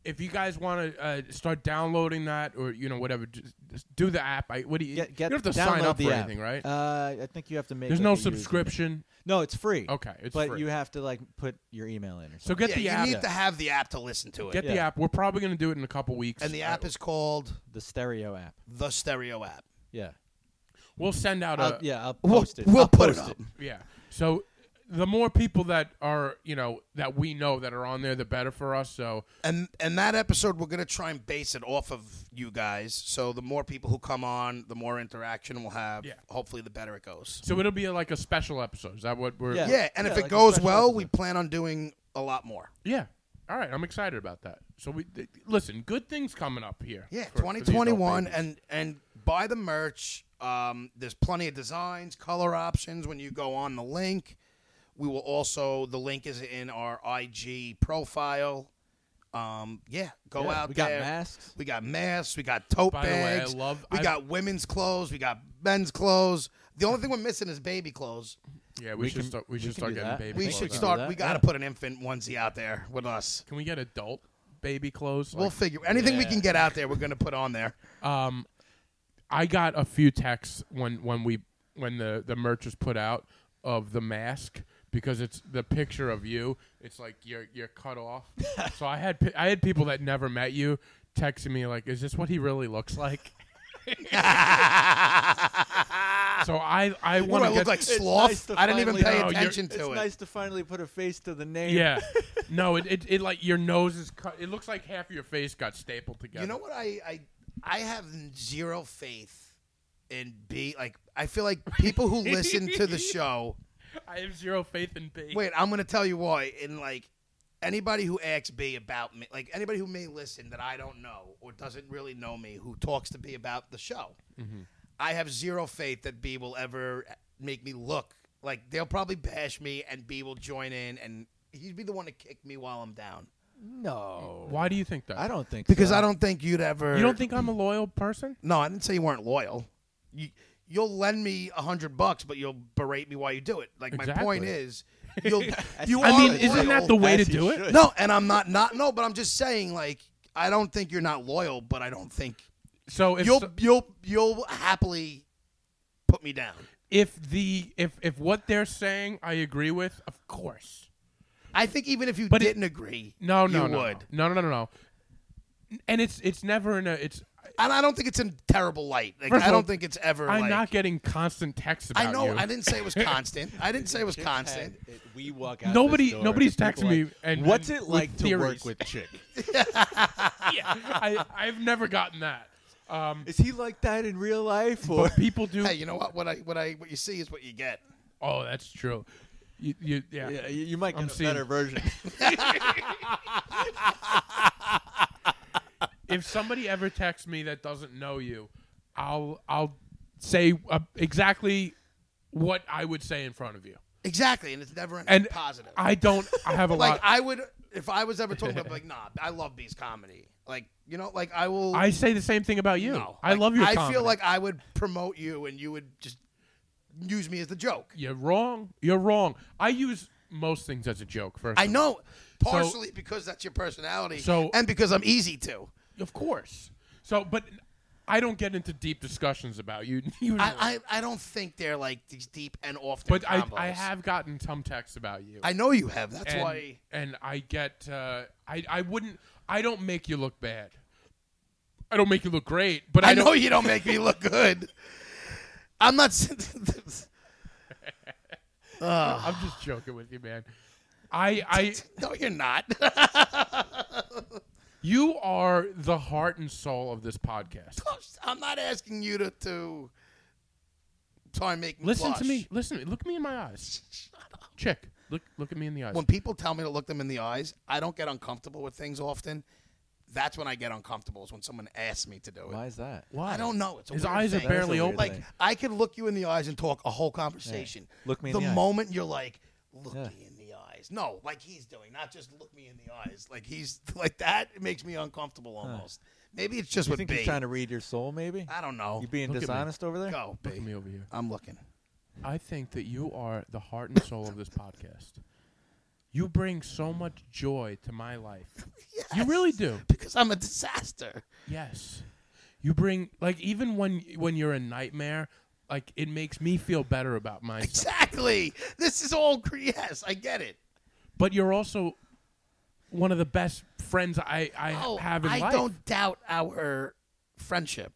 if you guys want to uh, start downloading that or you know whatever, just, just do the app. I what do you?
Get, get
you don't have to
download
sign up
the
for
app.
anything, right?
Uh, I think you have to make.
There's
like,
no
a user-
subscription,
No, it's free.
Okay, it's
but
free.
you have to like put your email in or something.
so get
yeah,
the
you
app.
need to have the app to listen to it.
Get the
Yeah.
app. We're probably going to do it in a couple weeks. Uh,
and the app
I-
is called
the stereo app.
the Stereo app.
Yeah. Uh,
We'll send out
I'll,
a
yeah, I'll
we'll-
post it.
we'll
I'll
put it
post
up.
yeah. So the more people that are you know that we know that are on there, the better for us. So
And and that episode, we're gonna try and base it off of you guys. So the more people who come on, the more interaction we'll have.
Yeah.
Hopefully, the better it goes.
so it'll be like a special episode. Is that what we're?
Yeah.
Yeah, and if
Yeah,
it
like a
goes
special
well, we
episode.
plan on doing a lot more.
Yeah. All right, I'm excited about that. So we th- listen, good things coming up here.
Yeah,
for- for these adult
2021,
babies.
and and buy the merch. Um, there's plenty of designs, color options when you go on the link. We will also the link is in our IG profile. Um, yeah, go
Yeah,
out
we got
there.
masks.
We got masks. We got tote
By the way, I
bags.
love-
we
I-
got women's clothes. We got men's clothes. The only thing we're missing is baby clothes.
Yeah, we,
We
should
can-
start. We,
we
should
can
start
do
getting
that.
baby.
We
Well,
clothes
should
out.
start.
that,
we got to
yeah.
put an infant onesie out there with us.
Can we get adult baby clothes?
We'll
Like,
figure anything we
Yeah.
can get out there. We're gonna put on there.
um, I got a few texts when when we when the the merch was put out of the mask because it's the picture of you. It's like you're you're cut off. so I had pe- I had people that never met you texting me like, "Is this what he really looks like?" so I I
What
want
do I
to
look
get
like?
It's
Sloth?
nice to
I didn't even
finally-
pay
No, you're-
attention
It's
to it.
nice to finally put a face to the name.
yeah. No, it, it, it like your nose is cut. It looks like half of your face got stapled together.
You know what? I, I I have zero faith in B. Like I feel like people who listen to the show.
I have zero faith in B.
Wait, I'm gonna tell you why. In like anybody who asks B about me, like anybody who may listen that I don't know or doesn't really know me, who talks to B about the show, I have zero faith that B will ever make me look like they'll probably bash me, and B will join in, and he'd be the one to kick me while I'm down.
No.
Why do you think that?
I don't think
Because
so.
I don't think you'd ever.
You don't think I'm a loyal person?
No, I didn't say you weren't loyal. You you'll lend me a hundred bucks, but you'll berate me while you do it. Like my
Exactly.
point is, You'll, you
I
are
mean, isn't
loyal.
that the way to
As you
do it?
should.
No, and I'm not not no, but I'm just saying like I don't think you're not loyal, but I don't think
So if
you'll
so-
you'll you'll happily put me down.
if the if if what they're saying I agree with, of course.
I think even if you
But it-
didn't agree,
No, no,
you
no,
would.
no, no, no, no, no. And it's it's never in a it's.
And I don't think it's in terrible light. Like
First of
I
all,
don't think it's ever.
I'm
like,
not getting constant texts about
I know.
you.
I didn't say it was constant. I didn't say it was constant.
we walk out.
Nobody-
this door,
nobody's
people
texting
are
me
like,
and-
what's
and
it
with
like to
theories."
work with chick?
Yeah, I I've never gotten that. Um,
Is he like that in real life? Or
but people do.
Hey, you know what? What I what I what you see is what you get.
Oh, that's true. You, you yeah.
yeah, you, you might get
I'm
a
seeing-
better version.
If somebody ever texts me that doesn't know you, I'll I'll say uh, exactly what I would say in front of you.
Exactly, and it's never anything
And
positive.
I don't. I have a
like
lot.
I would if I was ever talking about like nah, I love B's comedy. Like you know, like I will.
I say the same thing about you.
no,
I
Like,
love your.
I
comedy.
feel like I would promote you, and you would just use me as the joke.
you're wrong. You're wrong. I use most things as a joke. First,
I
of
know, partially because that's your personality,
So-
and because I'm easy to.
all. of course. So, but I don't get into deep discussions about you. you know.
I, I, I don't think they're like these deep and often.
but I,
combos.
I have gotten some texts about you.
I know you have. That's
and,
why.
and I get uh, I I wouldn't I don't make you look bad. I don't make you look great, but I,
I, know
don't,
you don't make me look good. I'm not. s-
I'm just joking with you, man. I I
no, you're not.
you are the heart and soul of this podcast.
I'm not asking you to to try and make me
Listen to
blush.
me. Listen to me. Look me in my eyes. Chick, look look at me in the eyes.
When people tell me to look them in the eyes, I don't get uncomfortable with things often. That's when I get uncomfortable is when someone asks me to do it.
Why is that?
Why?
I don't know. It's a
His
weird
eyes
thing.
are barely
That's a
open.
weird
Like
thing.
I could look you in the eyes and talk a whole conversation.
Look me in
the,
the eyes.
moment you're like, look
Yeah.
me in the eyes. No, like he's doing, not just look me in the eyes. Like he's like that. It makes me uncomfortable almost. Maybe it's just
You
with
think
B.
he's trying to read your soul? Maybe
I don't know.
you being
Look at me.
dishonest over there.
Go
look at
B.
me over here.
I'm looking.
I think that you are the heart and soul of this podcast. You bring so much joy to my life.
Yes.
You really do.
because I'm a disaster.
Yes. You bring like even when when you're a nightmare, like it makes me feel better about myself.
Exactly. This is all. cre- Yes, I get it.
But you're also one of the best friends I I
Oh,
have in
I
life.
don't doubt our friendship.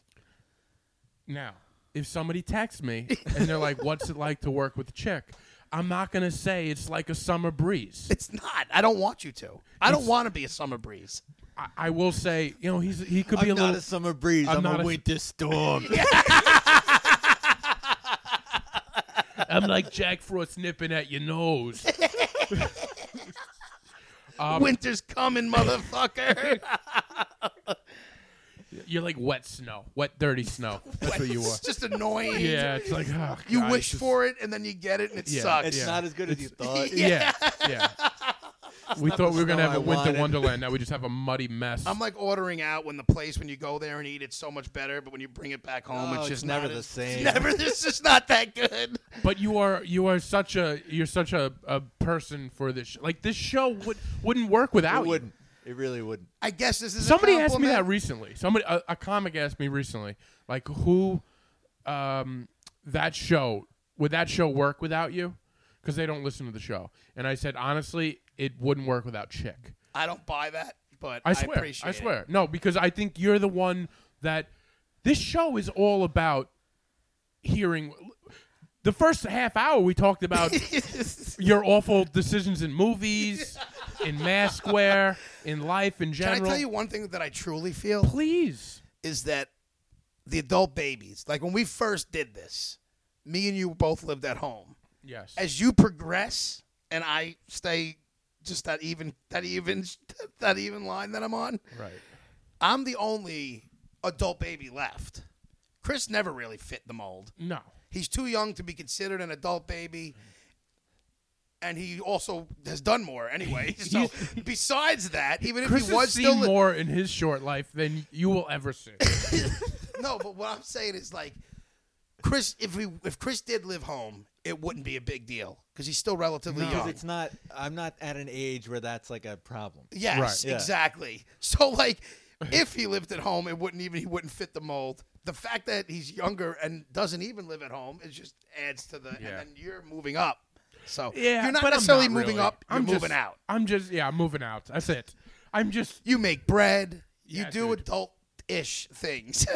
Now, if somebody texts me and they're like, "What's it like to work with Chick?" I'm not gonna say it's like a summer breeze.
It's not. I don't want you to. I don't want to be a summer breeze.
I, I will say, you know, he's he could
I'm
be a
not
little.
a summer breeze.
I'm
I'm,
not
a
a-
winter storm.
I'm like Jack Frost nipping at your nose. Um,
Winter's coming, motherfucker.
You're like wet snow, wet dirty snow. That's what you are.
It's just annoying.
Yeah, it's like oh,
You
God,
wish
this is-
for it and then you get it and it
Yeah.
sucks.
It's
Yeah.
not as good as you thought.
Yeah, yeah. we thought we were gonna have
snow I
a winter
wanted.
wonderland. Now we just have a muddy mess.
I'm like ordering out when the place when you go there and eat it's so much better, but when you bring it back home,
No,
it's
it's
just
never
not
the
as-
same.
Never, it's just not that good.
but you are you are such a you're such a, a person for this. Sh- like this show would wouldn't work without
It
you.
wouldn't. It really wouldn't.
I guess this is
Somebody
a
asked me that
compliment.
recently. Somebody a, a comic asked me recently, like who, um, that show would that show work without you? Because they don't listen to the show. And I said honestly, it wouldn't work without Chick.
I don't buy that, but
I swear. I,
appreciate it.
swear. No, because I think you're the one that this show is all about hearing. The first half hour we talked about your awful decisions in movies, in mass square, in life in
Can
general.
I tell you one thing that I truly feel?
Please.
is that the adult babies, like when we first did this, me and you both lived at home.
Yes.
As you progress and I stay just that even that even that even line that I'm on,
right.
I'm the only adult baby left. Chris never really fit the mold.
No.
He's too young to be considered an adult baby. And he also has done more anyway. So besides that, even
Chris
if he was
has seen
still
more in his short life than you will ever see.
No, but what I'm saying is like Chris, if we if Chris did live home, it wouldn't be a big deal because he's still relatively
Because
young.
it's not. I'm not at an age where that's like a problem.
yes,
Right.
Yeah.
exactly. So like, if he lived at home, it wouldn't even he wouldn't fit the mold. The fact that he's younger and doesn't even live at home, it just adds to the.
Yeah.
And then you're moving up, so
Yeah,
you're not
but I'm
necessarily
not
moving
really.
up. You're
I'm
moving
just-
out.
I'm just yeah, I'm moving out. That's it. I'm just
You make bread. You
Yeah,
do
dude.
adult-ish things.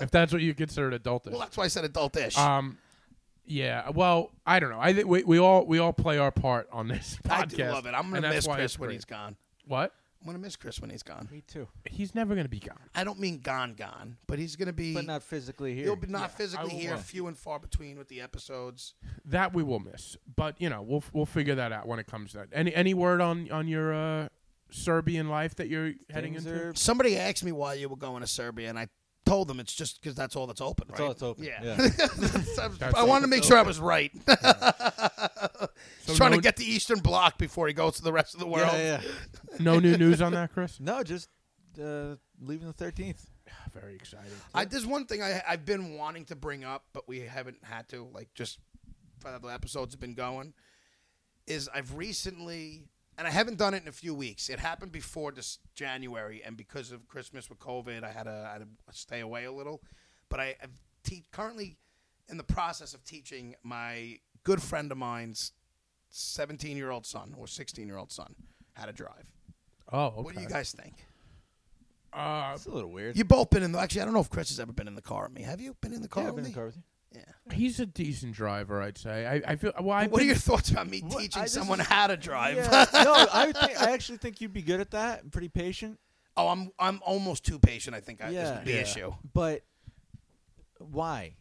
if that's what you consider an adultish.
well, that's why I said adult-ish.
Um, yeah. Well, I don't know. I think we, we all we all play our part on this podcast.
I do love it. I'm
and
gonna
that's
miss
why
Chris
it's
when
great.
he's gone.
what?
I'm gonna miss Chris when he's gone.
Me too.
He's never gonna be gone.
I don't mean gone, gone, but he's gonna be.
But not physically here.
he'll be not physically
will
here,
work.
few and far between with the episodes.
That we will miss. But you know, we'll we'll figure that out when it comes to that. Any any word on on your uh, Serbian life that you're heading
Things
into?
are-
Somebody asked me why you were going to Serbia, and I told them it's just because that's all that's open.
That's
right?
all that's open.
Yeah.
Yeah.
That's- I-
That's
I
all
wanted to
that's
make sure I was right.
So
trying
no-
to get the Eastern Bloc before he goes to the rest of the world.
yeah, yeah.
no new news on that, Chris.
No, just uh, leaving the thirteenth.
Very exciting.
I, there's one thing I, I've been wanting to bring up, but we haven't had to. Like, just how the episodes have been going, is I've recently, and I haven't done it in a few weeks. It happened before this January, and because of Christmas with COVID, I had to, I had to stay away a little. But I, I'm te- currently in the process of teaching my good friend of mine's 17 year old son or 16 year old son how to drive.
Oh, okay.
What do you guys think?
uh,
It's a little weird.
You both been in the. Actually, I don't know if Chris has ever been in the car with me. Have you been in the car
yeah, I've
with
been in
me?
the car with you.
he's a decent driver, I'd say. I, I feel. Well, I've
what are
been-
your thoughts about me
What-
teaching
I- this
someone
is-
how to drive?
Yeah. no, I would think, I actually think you'd be good at that. I'm pretty patient.
oh, I'm I'm almost too patient. I think I, this
Yeah.
is the
Yeah.
issue.
But why?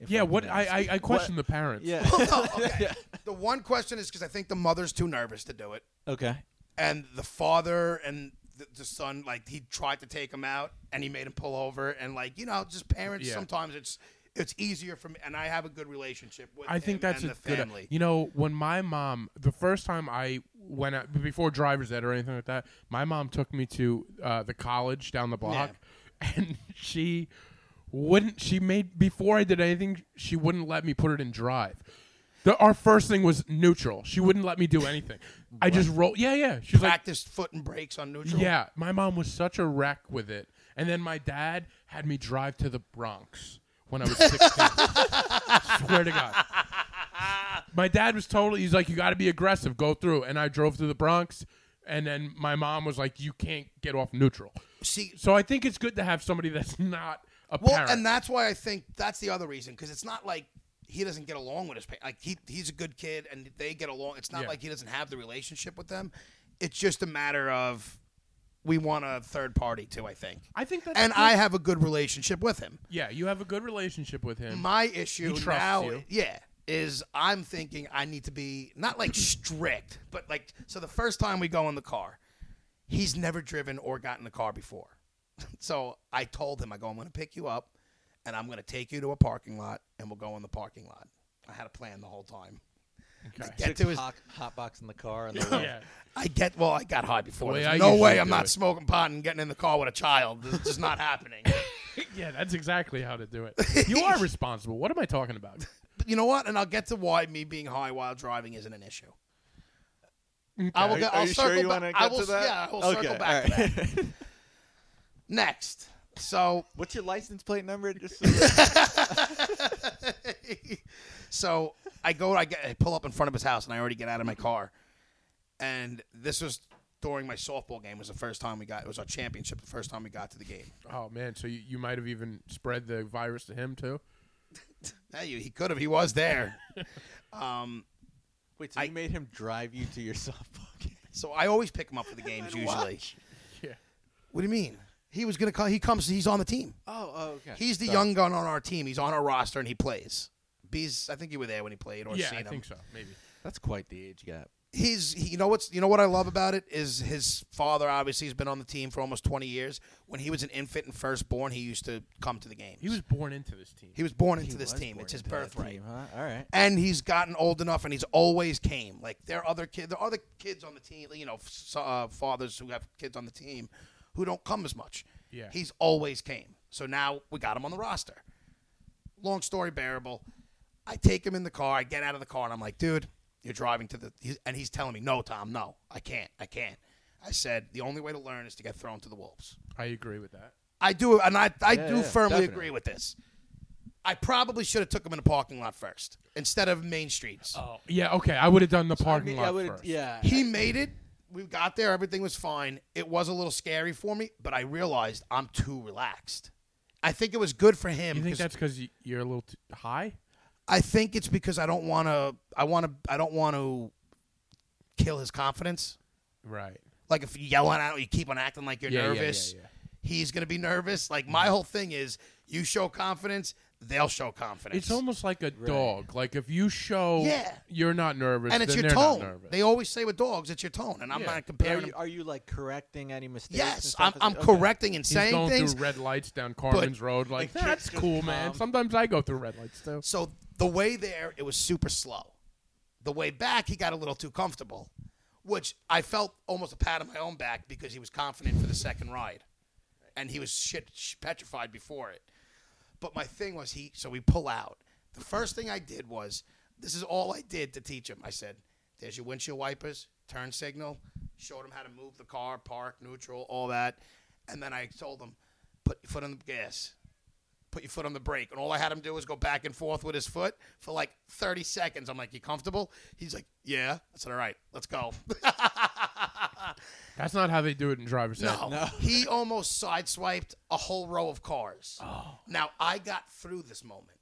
If
Yeah.
I
What
can
I,
ask.
I, I question the parents.
Yeah.
No, okay. The one question is because I think the mother's too nervous to do it,
okay.
and the father and the, the son like he tried to take him out, and he made him pull over, and like you know, just parents.
Yeah.
Sometimes it's it's easier for me, and I have a good relationship with.
I think
him
that's
and
a
the
good. uh,
family.
You know, when my mom, the first time I went out before driver's ed or anything like that, my mom took me to uh, the college down the block, and she wouldn't. She made before I did anything, she wouldn't let me put it in drive. The, our first thing was neutral. She wouldn't let me do anything. I just roll. Yeah, yeah. She's like,
Practiced foot and brakes on neutral.
yeah, my mom was such a wreck with it. And then my dad had me drive to the Bronx when I was 16. Swear to God. My dad was totally, he's like, you got to be aggressive, go through. And I drove through the Bronx. And then my mom was like, you can't get off neutral.
See,
So I think it's good to have somebody that's not a
Well,
parent.
and that's why I think that's the other reason because it's not like he doesn't get along with his parents. Like he he's a good kid and they get along. It's not
Yeah.
like he doesn't have the relationship with them. It's just a matter of we want a third party too. I think,
I think that's
and
good.
I have a good relationship with him.
Yeah, you have a good relationship with him.
My issue
He trusts
now,
you.
yeah, is I'm thinking I need to be not like strict, but like so. The first time we go in the car, he's never driven or gotten in the car before. So I told him, I go, I'm going to pick you up, and I'm going to take you to a parking lot, and we'll go in the parking lot. I had a plan the whole time.
Okay.
Get to his,
hot, hot box in the car. On the way.
Yeah.
I get well. I got high before.
way
There's
I
no
usually
way I'm
do
not
it.
smoking pot and getting in the car with a child. This is just not happening.
yeah, that's exactly how to do it. You are responsible. What am I talking about?
But you know what? And I'll get to why me being high while driving isn't an issue. I will.
Are-
Get,
are
I'll
you
circle
sure you
back.
want to
I
get
will,
to that?
Yeah, I will
okay,
circle back
all
to that.
right.
Next, so
What's your license plate number? Just so that-
so I go. I, get, I pull up in front of his house, and I already get out of my car. And this was during my softball game. Was the first time we got. It was our championship. The first time we got to the game.
Oh, man. So you, you might have even spread the virus to him, too?
Now you, he could have. He was there. Um,
Wait, so you made him drive you to your softball game?
So I always pick him up for the games usually.
Yeah.
What do you mean? He was gonna come. He comes. He's on the team.
Oh, oh, okay.
He's the young gun on our team. He's on our roster, and he plays. Bees, I think you were there when he played, or
yeah,
seen
I
him.
think so. Maybe.
That's quite the age gap.
he's he, you know what's you know what I love about it is his father obviously has been on the team for almost 20 years. When he was an infant and firstborn, he used to come to the games.
He was born into this team.
he was born into
He
this
was
team.
born
It's his
into that
birthright.
team, huh? All right.
And he's gotten old enough, and he's always came. Like there are other kids, there are other kids on the team. You know, f- so- uh, fathers who have kids on the team who don't come as much.
Yeah.
he's always came. So now we got him on the roster. Long story bearable. I take him in the car. I get out of the car and I'm like, dude, you're driving to the. He's, and he's telling me, no, Tom, no, I can't, I can't. I said, the only way to learn is to get thrown to the wolves.
I agree with that.
I do, and I, I
Yeah,
do
yeah,
firmly
definitely.
agree with this. I probably should have took him in the parking lot first instead of main streets.
Oh yeah, okay. I would have done the
I
parking
mean, I
lot
would-
first.
Yeah.
He made it. We got there. Everything was fine. It was a little scary for me, but I realized I'm too relaxed. I think it was good for him.
You think
'cause
that's because you're a little t- high?
I think it's because I don't want to. I want to. I don't want to kill his confidence.
Right.
Like if you yell out, you keep on acting like you're
Yeah, yeah, yeah,
nervous.
yeah. Mm-hmm.
He's gonna be nervous. Like my whole thing is, you show confidence, they'll show confidence.
It's almost like a dog. Like if you show
Yeah.
you're not nervous,
and it's
then
your
they're not
tone.
nervous.
They always say with dogs, it's your tone, and I'm
Yeah.
not
But Are
comparing.
you,
them.
are you like correcting any mistakes? and
Yes, I'm,
stuff?
I'm
Is it- okay.
correcting and
He's
saying
going
things.
through red lights down Carmen's Road. Like
like,
that's
just
cool, man.
calm.
Sometimes I go through red lights too.
So the way there, it was super slow. The way back, he got a little too comfortable, which I felt almost a pat on my own back because he was confident for the second ride, and he was shit sh- petrified before it. But my thing was he. So we pull out. The first thing I did was this is all I did to teach him. I said, "There's your windshield wipers, turn signal." Showed him how to move the car, park, neutral, all that, and then I told him, "Put your foot on the gas, put your foot on the brake. And all I had him do was go back and forth with his foot for like 30 seconds. I'm like, You comfortable? He's like, Yeah. I said, All right, let's go.
That's not how they do it in driver's ed.
no. He almost sideswiped a whole row of cars. Now, I got through this moment.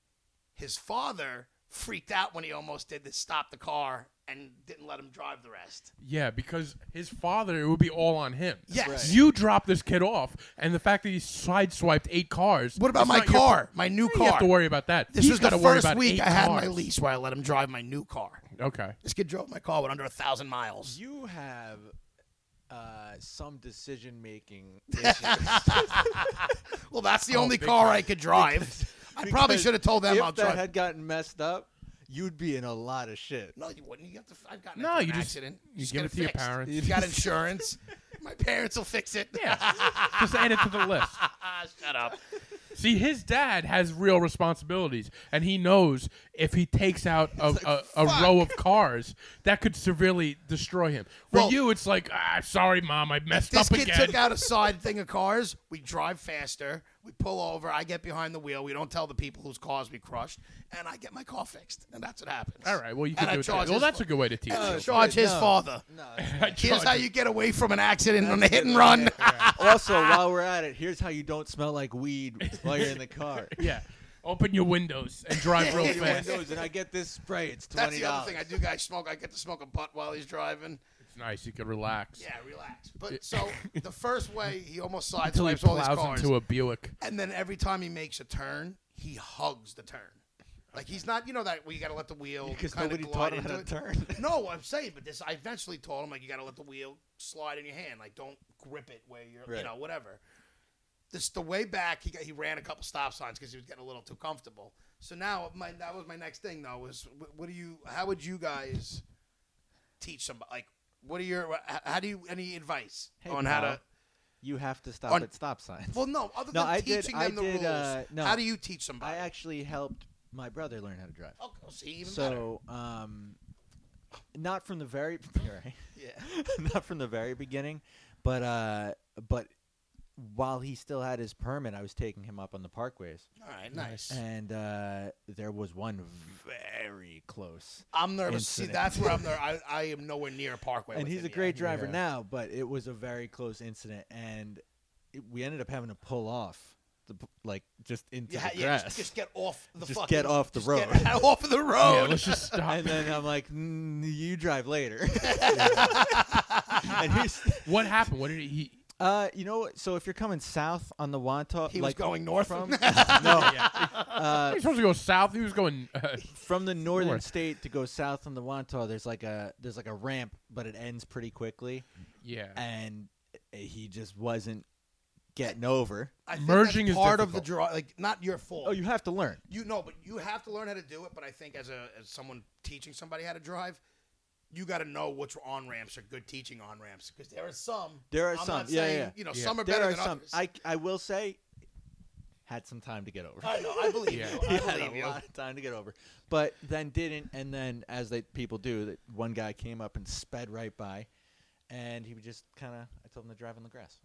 His father freaked out when he almost did this, stopped the car, and didn't let him drive the rest.
Yeah, because his father, it would be all on him.
Yes. Right.
You drop this kid off, and the fact that he sideswiped eight cars.
What about
it's
my
not your
car?
fault.
My new
You don't have to
car.
worry about that.
This
He's
was the
gotta worry
first
about
week
eight
I had my
cars.
lease where I let him drive my new car.
Okay.
This kid drove my car with under a thousand miles.
You have uh, some decision making issues.
Well, that's
Oh,
the only car I could drive. I probably
Because
should have told them
if
I'll
that
drive.
had gotten messed up, you'd be in a lot of shit.
no, you wouldn't. You have to. I've gotten
No,
into an
you just-
accident.
you give
get
it to your
fixed.
parents.
You've got insurance. My parents will fix it.
Yeah. Just add it to the list.
Shut up.
See, his dad has real responsibilities, and he knows if he takes out a, a, a row of cars, that could severely destroy him. For
Well-
you, it's like, ah, sorry, mom, I messed
This
up
kid
again.
took out a side thing of cars. We drive faster. We pull over. I get behind the wheel. We don't tell the people whose cars we crushed, and I get my car fixed. And that's what happens.
all right, well, you can
And I Uh,
do it. that
charge
way. Well,
his
that's
fa-
a good way to teach.
and I
him.
charge his
No.
father.
No.
I
Here's
charge
how
him.
you get away from an accident on a hit and run.
also, while we're at it, here's how you don't smell like weed while you're in the car.
Yeah. Open your windows and drive real
Yeah,
Your
fast.
windows, and I get this spray. It's
That's
twenty
the other
dollars.
thing I do, guys. Smoke. I get to smoke a butt while he's driving.
It's nice. You can relax.
Yeah, relax. But so the first way he almost sideswipes
Until he
all these
plows
cars,
into a Buick.
and then every time he makes a turn, he hugs the turn. Like he's not, you know, that where you got to let the wheel
Because
kinda
nobody
glide
taught him
into
how to
it.
turn.
No, I'm saying, but this I eventually told him like you got to let the wheel slide in your hand, like don't grip it where you're, you
Right.
know, whatever. This the way back he got, he ran a couple stop signs because he was getting a little too comfortable. So now my that was my next thing though was wh- what do you how would you guys teach somebody like what are your h- how do you any advice
Hey,
on how
pal.
to
You have to stop
On-
at stop signs.
well no other
No,
than
I did-
teaching
I
them the
did,
rules
uh, no.
how do you teach somebody
I actually helped my brother learn how to drive.
oh see even better
so, um, not from the very you're right.
yeah
not from the very beginning, but uh, but while he still had his permit, I was taking him up on the parkways,
all right nice
and uh, there was one very close.
I'm nervous see
Incident.
that's where I'm there I, I am nowhere near a parkway
and
with
he's
him
a
yet.
great driver
Yeah.
now, but it was a very close incident, and it, we ended up having to pull off the p- like just into
Yeah,
the
yeah,
grass.
just, just get off the
Just
fucking,
get off the
just get off of the
Oh.
road.
Yeah, let's just stop.
and then I'm like, "Mm, you drive later. and he's,
what happened? What did he? he
uh, you know, what? so if you're coming south on the Wantagh,
He was
like
going north.
from, no, uh,
he was supposed to go south. He was going. Uh,
from the northern
North.
state to go south on the Wantagh, there's like a there's like a ramp, but it ends pretty quickly,
yeah.
and he just wasn't getting over.
I think
Merging
that's
is
part of the
difficult.
draw. Like not your fault.
Oh, you have to learn.
you know, but you have to learn how to do it. But I think as a as someone teaching somebody how to drive, you got to know which on ramps are good teaching on ramps because there are some.
There are
I'm
some.
Not
Yeah,
saying,
yeah.
You know,
Yeah.
some are
There
better
are
than
some.
others.
I I will say, had some time to get over.
I know. I believe
Yeah.
you.
He
I
had
believe
a
you.
lot of time to get over, but then didn't. And then, as they people do, that one guy came up and sped right by, and he would just kind of. I told him to drive on the grass.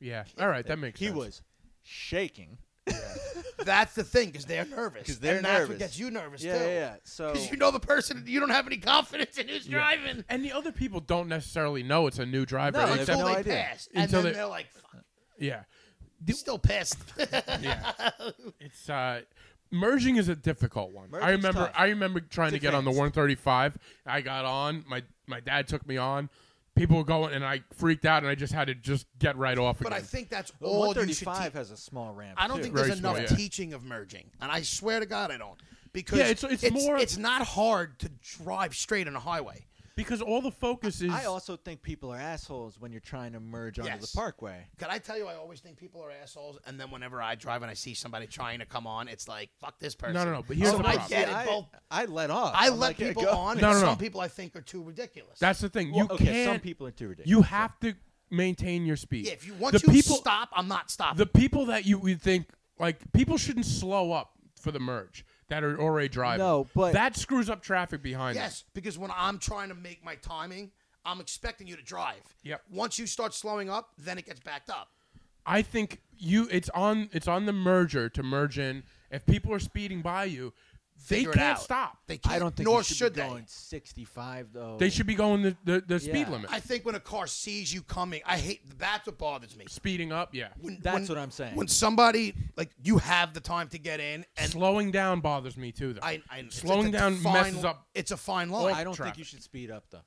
Yeah. All right, that makes
he
sense.
was shaking
That's the thing, because they're nervous.
'Cause they're
and That's what
nervous.
gets you nervous
Yeah,
too.
yeah, yeah. So
Because you know the person, you don't have any confidence in who's driving.
And the other people don't necessarily know it's a new driver.
No,
until
they have
except,
no
they
idea.
pass, and
Until
then
they-
they, are like, Fuck,
yeah,
still pissed.
yeah. it's uh, merging is a difficult one. I
Merging's
remember.
tough.
I remember trying to get on the
Advanced.
135. I got on. My my dad took me on. People were going, and I freaked out, and I just had to just get right off
but
again.
I think that's
Well,
all you should.
135
Te-
has a small ramp.
I don't
too.
think
Very
there's
small,
enough
yeah.
teaching of merging, and I swear to God, I don't. Because
Yeah, it's- it's more-
It's not hard to drive straight on a highway.
because all the focus is
I also think people are assholes when you're trying to merge onto
Yes.
the parkway.
Can I tell you? I always think people are assholes, and then whenever I drive and I see somebody trying to come on, it's like fuck this person.
no, no. But here's
So
the
I
problem.
get it,
Oh, I,
Bo.
I let off.
I
I'm
let
like, yeah,
people
go.
on,
No,
and
no, no.
some people I think are too ridiculous.
That's the thing. You
Well, okay,
can't.
some people are too ridiculous.
you have to maintain your speed.
yeah. If you once
the
you
people,
stop, I'm not stopping.
the people that you would think like people shouldn't slow up for the merge that are already driving.
No, but-
that screws up traffic behind. them.
Yes, because when I'm trying to make my timing, I'm expecting you to drive.
Yep.
Once you start slowing up, then it gets backed up.
I think you it's on it's on the merger to merge in. If people are speeding by you, they
Figure it
can't
out.
stop.
They can't,
I don't think
nor
you should, be going 65 though.
They should be going the, the, the speed
Yeah.
limit.
I think when a car sees you coming, I hate that's what bothers me.
Speeding up, yeah.
When,
That's
when-
what I'm saying.
When somebody like you have the time to get in, and
Slowing down bothers me too, though.
I, I it's-
Slowing
it's a
down
fine-
messes up.
It's a fine
Well,
line.
I don't
traffic.
think you should speed up though.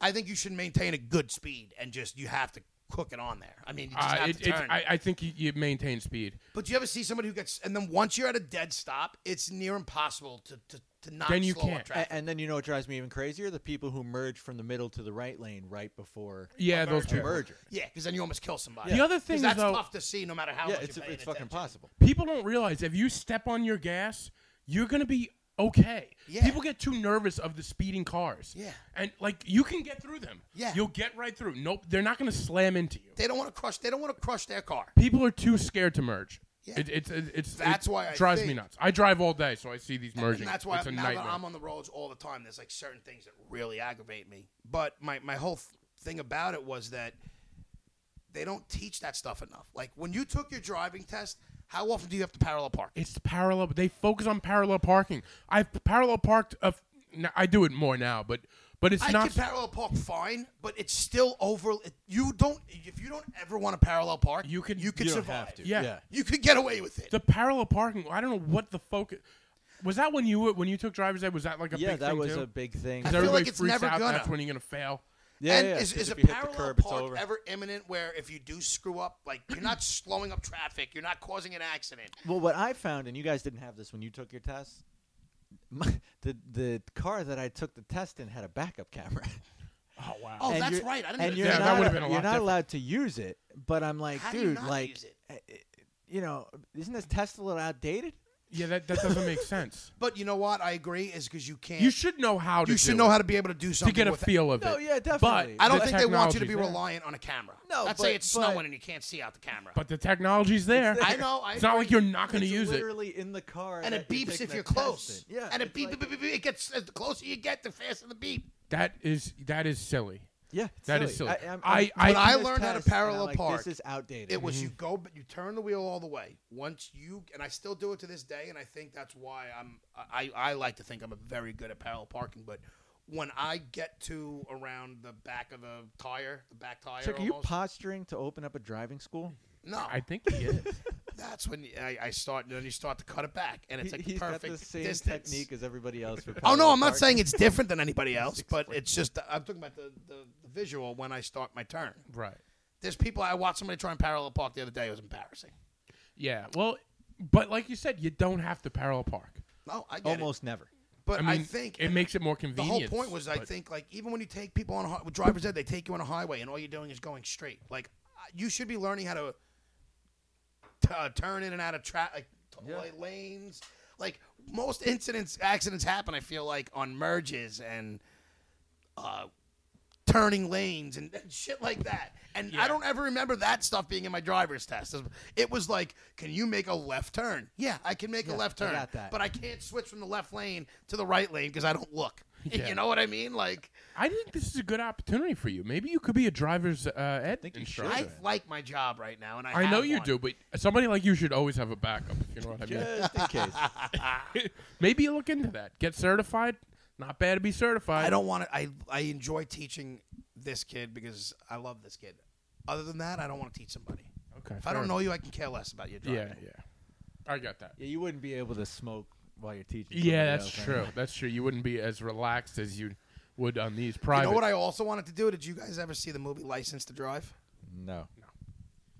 I think you should maintain a good speed and just you have to cook it on there. I mean, you just
Uh,
have
it,
to
it's
turn.
I, I think you, you maintain speed.
but do you ever see somebody who gets and then once you're at a dead stop, it's near impossible to to, to not
Then you
slow up
can't.
A-
traffic.
And, then you know what drives me even crazier? The people who merge from the middle to the right lane right before
Yeah, those
the
people.
merger.
Yeah, because then you almost kill somebody.
The other
'Cause
thing is,
that's
though-
tough to see, no matter how
Yeah,
much
it's
you're paying
it's fucking
attention.
possible.
People don't realize if you step on your gas, you're gonna be okay.
Yeah.
People get too nervous of the speeding cars.
Yeah.
And like you can get through them.
Yeah.
You'll get right through. Nope, they're not gonna slam into you.
They don't want to crush. They don't want to crush their car.
people are too scared to merge.
Yeah.
It, it's it's it's
That's
it
why I
drives me
think-
nuts. I drive all day, so I see these merging.
And that's why
it's a
now
nightmare.
that I'm on the roads all the time, there's like certain things that really aggravate me. But my my whole th- thing about it was that they don't teach that stuff enough. Like when you took your driving test, how often do you have to parallel park?
it's parallel. They focus on parallel parking. I've parallel parked. A f- n- I do it more now, but but it's
I
not.
can parallel park fine, but it's still over. It, you don't if you don't ever want to parallel park,
You can-
you can
You don't
survive.
have to.
Yeah.
You could get away with it.
the parallel parking. I don't know what the focus. Was that when you were- when you took driver's ed? Was that like a
Yeah,
big
that
thing
was
too?
a big thing.
'Cause
I feel
everybody
like it's
freaks
never
out.
gonna.
That's when you're gonna fail.
Yeah,
and
yeah,
is,
'cause
is a
if you hit the
parallel
curb, it's
park
over.
ever imminent where if you do screw up, like you're not slowing up traffic, you're not causing an accident?
Well, what I found, and you guys didn't have this when you took your test, my, the the car that I took the test in had a backup camera.
Oh wow.
Oh,
And
that's
you're-
right. I didn't
and
even
you're
Yeah, that
not,
would've been a
you're
lot
not
different.
allowed to use it. But I'm like,
How do
dude,
you not
like,
use it?
uh, uh, you know, isn't this test a little outdated?
Yeah, that, that doesn't make sense.
But you know what? I agree. Is because you can't.
You should know how to.
You should
do
know
it
how to be able to do
to
something.
get a
with-
feel of it.
No, yeah,
But
definitely.
I don't
the
think they want you to be
technology's there.
reliant on a camera.
No,
Let's say
but-
it's
but-
snowing and you can't see out the camera.
But the technology's there.
there.
I know. I
It's not like
agree.
you're not going to
It's
use it.
literally in the car,
And
that
it beeps
taking
if
the
you're
test
close.
in. Yeah,
And it
it's
beep,
like-
beep, beep, beep. It gets the closer you get, the faster the beep.
That is that is silly.
Yeah, it's
That is silly.
I'm-
I-
I'm
I-
taking
When I
this
learned how to
test, and I'm
parallel
like,
park,
this is outdated.
It was you go, but you turn the wheel all the way. Once you, and I still do it to this day, and I think that's why I'm. I I like to think I'm very good at parallel parking, but when I get to around the back of the tire, the back tire,
Chuck, are you
almost,
posturing to open up a driving school?
no,
I think he is.
that's when you- I, I start. Then you start to cut it back, and it's
He-
like the
he's
perfect
got the same
distance.
technique as everybody else. For
Oh no,
parallel
I'm not
parking.
saying it's different than anybody else, but it's just I'm talking about the, the, the visual when I start my turn.
right.
There's people I watched somebody try and parallel park the other day. It was embarrassing.
Yeah. Well, but like you said, you don't have to parallel park.
No, I get it.
almost never.
But
I
I,
mean,
think
it makes it more
the whole
convenient.
point was I
but-
think like even when you take people on a hi- with driver's ed, they take you on a highway and all you're doing is going straight. Like I- you should be learning how to t- uh, turn in and out of traffic, like, t-
Yeah.
like, lanes. Like most incidents, accidents happen. I feel like on merges and uh, turning lanes and, and shit like that. And I don't ever remember that stuff being in my driver's test. It was like, can you make a left turn? Yeah, I can make
Yeah,
a left
I
turn,
got that.
but I can't switch from the left lane to the right lane because I don't look.
Yeah.
You know what I mean? Like,
I think this is a good opportunity for you. Maybe you could be a driver's uh, ed
think you should.
instructor.
I like my job right now, and I
I know
have
you
one.
do, but somebody like you should always have a backup. If you know what I mean.
Just in case.
Maybe you look into that. Get certified. Not bad to be certified.
I don't want to. I I enjoy teaching this kid because I love this kid. Other than that, I don't want to teach somebody.
Okay.
If I don't know you, I can care less about your driving.
Yeah, yeah. I got that.
Yeah, you wouldn't be able to smoke while you're teaching.
Yeah,
somebody
that's
else, I
true.
know.
That's true. You wouldn't be as relaxed as you would on these private.
You know what I also wanted to do? Did you guys ever see the movie License to Drive?
No.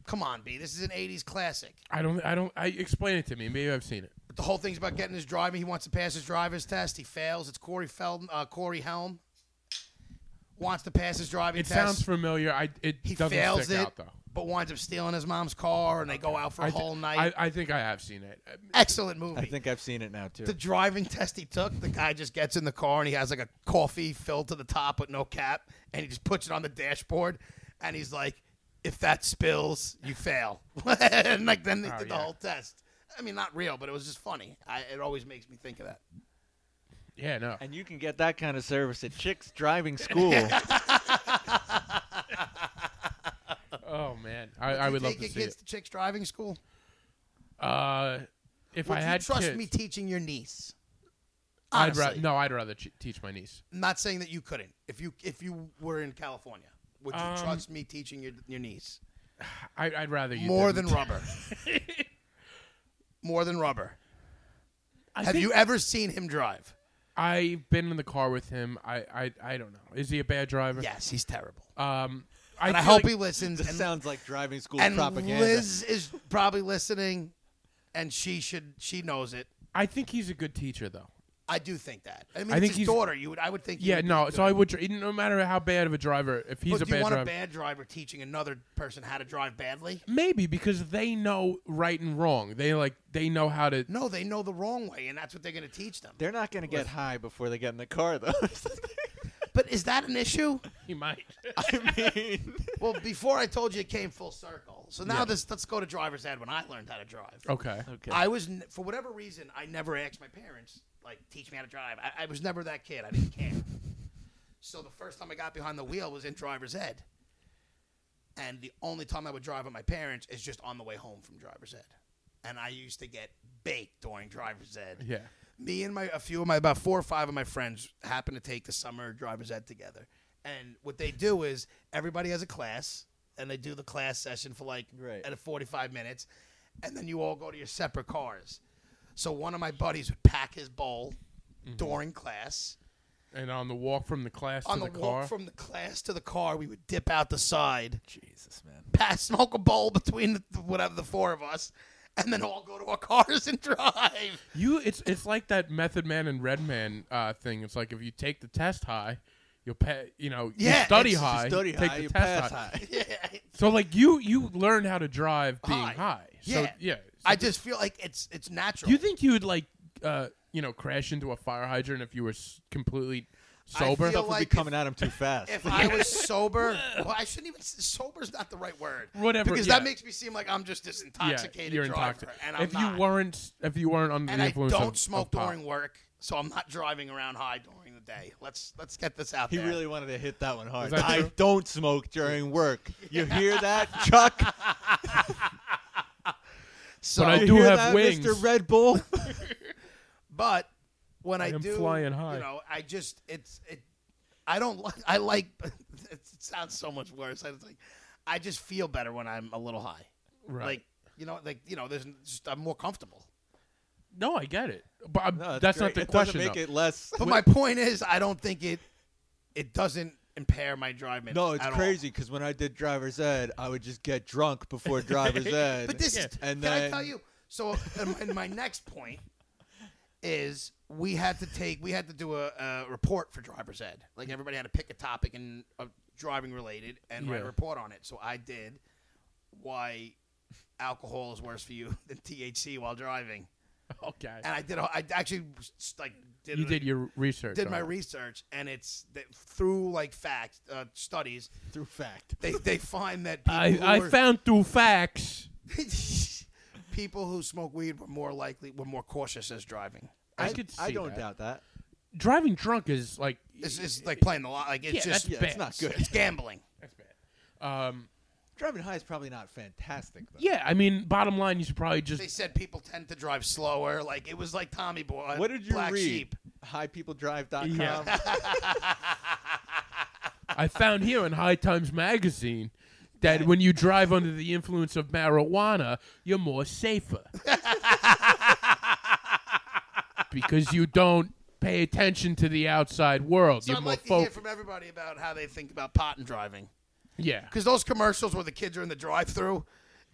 Come on, B. This is an '80s classic.
I, don't. I don't. I explain it to me. Maybe I've seen it.
But the whole thing's about getting his driving. He wants to pass his driver's test. He fails. It's Corey Feldman, uh, Corey Helm. Wants to pass his driving
It
test.
sounds familiar. I. It
he
doesn't
fails
stick
it,
out though.
but winds up stealing his mom's car, and they go out for a
I thi-
whole night.
I, I think I have seen it. Uh,
Excellent movie.
I think I've seen it now too.
the driving test he took, the guy just gets in the car and he has like a coffee filled to the top with no cap, and he just puts it on the dashboard, and he's like, "If that spills, you fail." and like then they
Oh,
did the
yeah.
whole test. I mean, not real, but it was just funny. I, it always makes me think of that.
Yeah. No.
and you can get that kind of service at Chicks Driving School.
Oh man. I, I
You
would love
take
to
your
see
kids
it.
to chicks driving school.
Uh, if
Would
I
you
had
trust
kids,
me teaching your niece?
I'd
Honestly,
rather no. I'd rather ch- teach my niece.
I'm not saying that you couldn't. If you if you were in California, would you
Um,
trust me teaching your your niece
I, I'd rather you
more
didn't.
than rubber? more than rubber.
I
Have
think
you ever seen him drive?
I've been in the car with him. I, I I don't know. Is he a bad driver?
Yes, he's terrible.
Um. I
And I,
feel
hope
like-
he listens.
this
And,
sounds like driving school
and
propaganda.
Liz is probably listening, and she should. She knows it.
I think he's a good teacher though.
I do think that. I mean,
I
it's
think
his
he's-
daughter. You would. I would think. he
Yeah,
would
no.
be
So
good.
I would. tr- No matter how bad of a driver, if he's
But
a
do you
bad
want
driver,
a bad driver teaching another person how to drive badly?
maybe because they know right and wrong. They like they know how to.
No, they know the wrong way, and that's what they're going to teach them.
They're not going to get high before they get in the car, though.
But is that an issue?
He might.
I mean,
well, before I told you it came full circle. So now this. Let's go to driver's ed when I learned how to drive.
okay.
okay.
I was n- for whatever reason I never asked my parents like teach me how to drive. I, I was never that kid. I didn't care. so the first time I got behind the wheel was in driver's ed, and the only time I would drive with my parents is just on the way home from driver's ed, and I used to get baked during driver's ed.
Yeah.
Me and my a few of my about four or five of my friends happened to take the summer driver's ed together, and what they do is everybody has a class. And they do the class session for like
Right.
at a 45 minutes, and then you all go to your separate cars. So one of my buddies would pack his bowl during class.
And on the walk from the class
On
Mm-hmm. to
the,
the, car.
walk from the class to the car, we would dip out the side,
Jesus, man.
pass, smoke a bowl between the, whatever the four of us, and then all go to our cars and drive.
you, it's it's like that Method Man and Red Man uh, thing. It's like if you take the test high, you'll pay. You know,
Yeah,
you study
it's- you
high,
Study
take
high,
the
you
test
pass
high.
high.
Yeah,
So like you, you learn how to drive being
High.
high. So
Yeah.
yeah. So
I just feel like it's it's natural.
do you think you would like, uh, you know, crash into a fire hydrant if you were s- completely sober?
feel
Stuff would be
like
coming at him too fast.
if I was sober, well, I shouldn't even. Sober's not the right word.
Whatever,
because that
yeah.
makes me seem like I'm just this
Yeah,
intoxicated
you're
driver,
intoxic-
and I'm
if
not.
you weren't, if you weren't under
and
the
I
influence,
don't
of,
smoke
of pop.
during work, so I'm not driving around high during the day. Let's let's get this out
he
there.
really wanted to hit that one hard.
Is that
I
true?
don't smoke during work. You hear that, Chuck?
so,
But I
you
do
hear
have
that,
wings.
Mr. Red Bull.
but when I,
am
do,
flying high.
you know, I just it's it. I don't like. I like. It sounds so much worse. I just like. I just feel better when I'm a little high.
Right.
Like you know, like you know, there's just I'm more comfortable.
No, I get it, but I'm-
No,
that's
great.
not the
it
question.
Doesn't make
though.
it less.
But my point is, I don't think it. It doesn't impair my driving.
No, it's
at all.
crazy because when I did driver's ed, I would just get drunk before driver's ed.
But this
Yeah.
is.
And
can
then-
I tell you? So, and my, and my next point is we had to take, we had to do a, a report for driver's ed. Like everybody had to pick a topic and uh, driving related and write a
Yeah.
report on it. So I did why alcohol is worse for you than THC while driving.
Okay.
and I did. A, I actually s- like did
you
a-
did your research.
did
on
my
it.
research, and it's that through like fact uh, studies.
Through fact.
They they find that people
I,
who
I
were-
found two facts.
people who smoke weed were more likely were more cautious as driving.
I, could see
I don't
that.
doubt that.
Driving drunk is like
It's, it's like playing the lot. Like it's
Yeah, that's
just
Yeah, it's
bad.
not good.
it's gambling.
That's bad. Um,
Driving high is probably not fantastic though.
yeah, I mean, bottom line, you should probably
They
just
said people tend to drive slower. Like it was like Tommy Boy. uh,
What did you
Black
read?
Sheep.
Highpeopledrive.com.
Yeah. I found here in High Times magazine that when you drive under the influence of marijuana, you're more safer. because you don't pay attention to the outside world.
So
you're
I'd
more
like to hear
focused.
from everybody about how they think about pot and driving.
yeah.
because those commercials where the kids are in the drive-through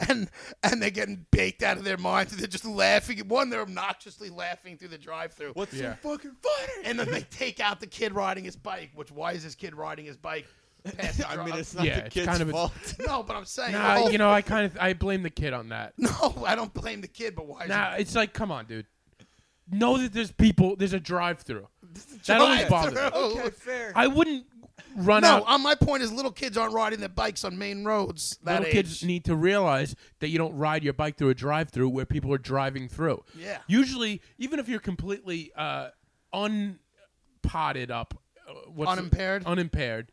and and they're getting baked out of their minds and they're just laughing one they're obnoxiously laughing through the drive-through
What's
Yeah.
so fucking funny?
and then they take out the kid riding his bike which why is this kid riding his bike past the
I mean,
drive-
it's not
Yeah,
the
it's
kid's
kind of a-
fault.
no but i'm saying the
Nah,
whole-
you know, I kind of I blame the kid on that.
no i don't blame the kid but why is
Nah, it's like, come on, dude. Know that there's people. There's a drive-through. That always
drive-through.
bothers. me.
okay, fair.
I wouldn't run
no
out.
on my point is little kids aren't riding their bikes on main roads that
Little
age.
kids need to realize that you don't ride your bike through a drive-through where people are driving through.
Yeah.
Usually, even if you're completely uh, unpotted up, uh, what's the-
Unimpaired?
unimpaired.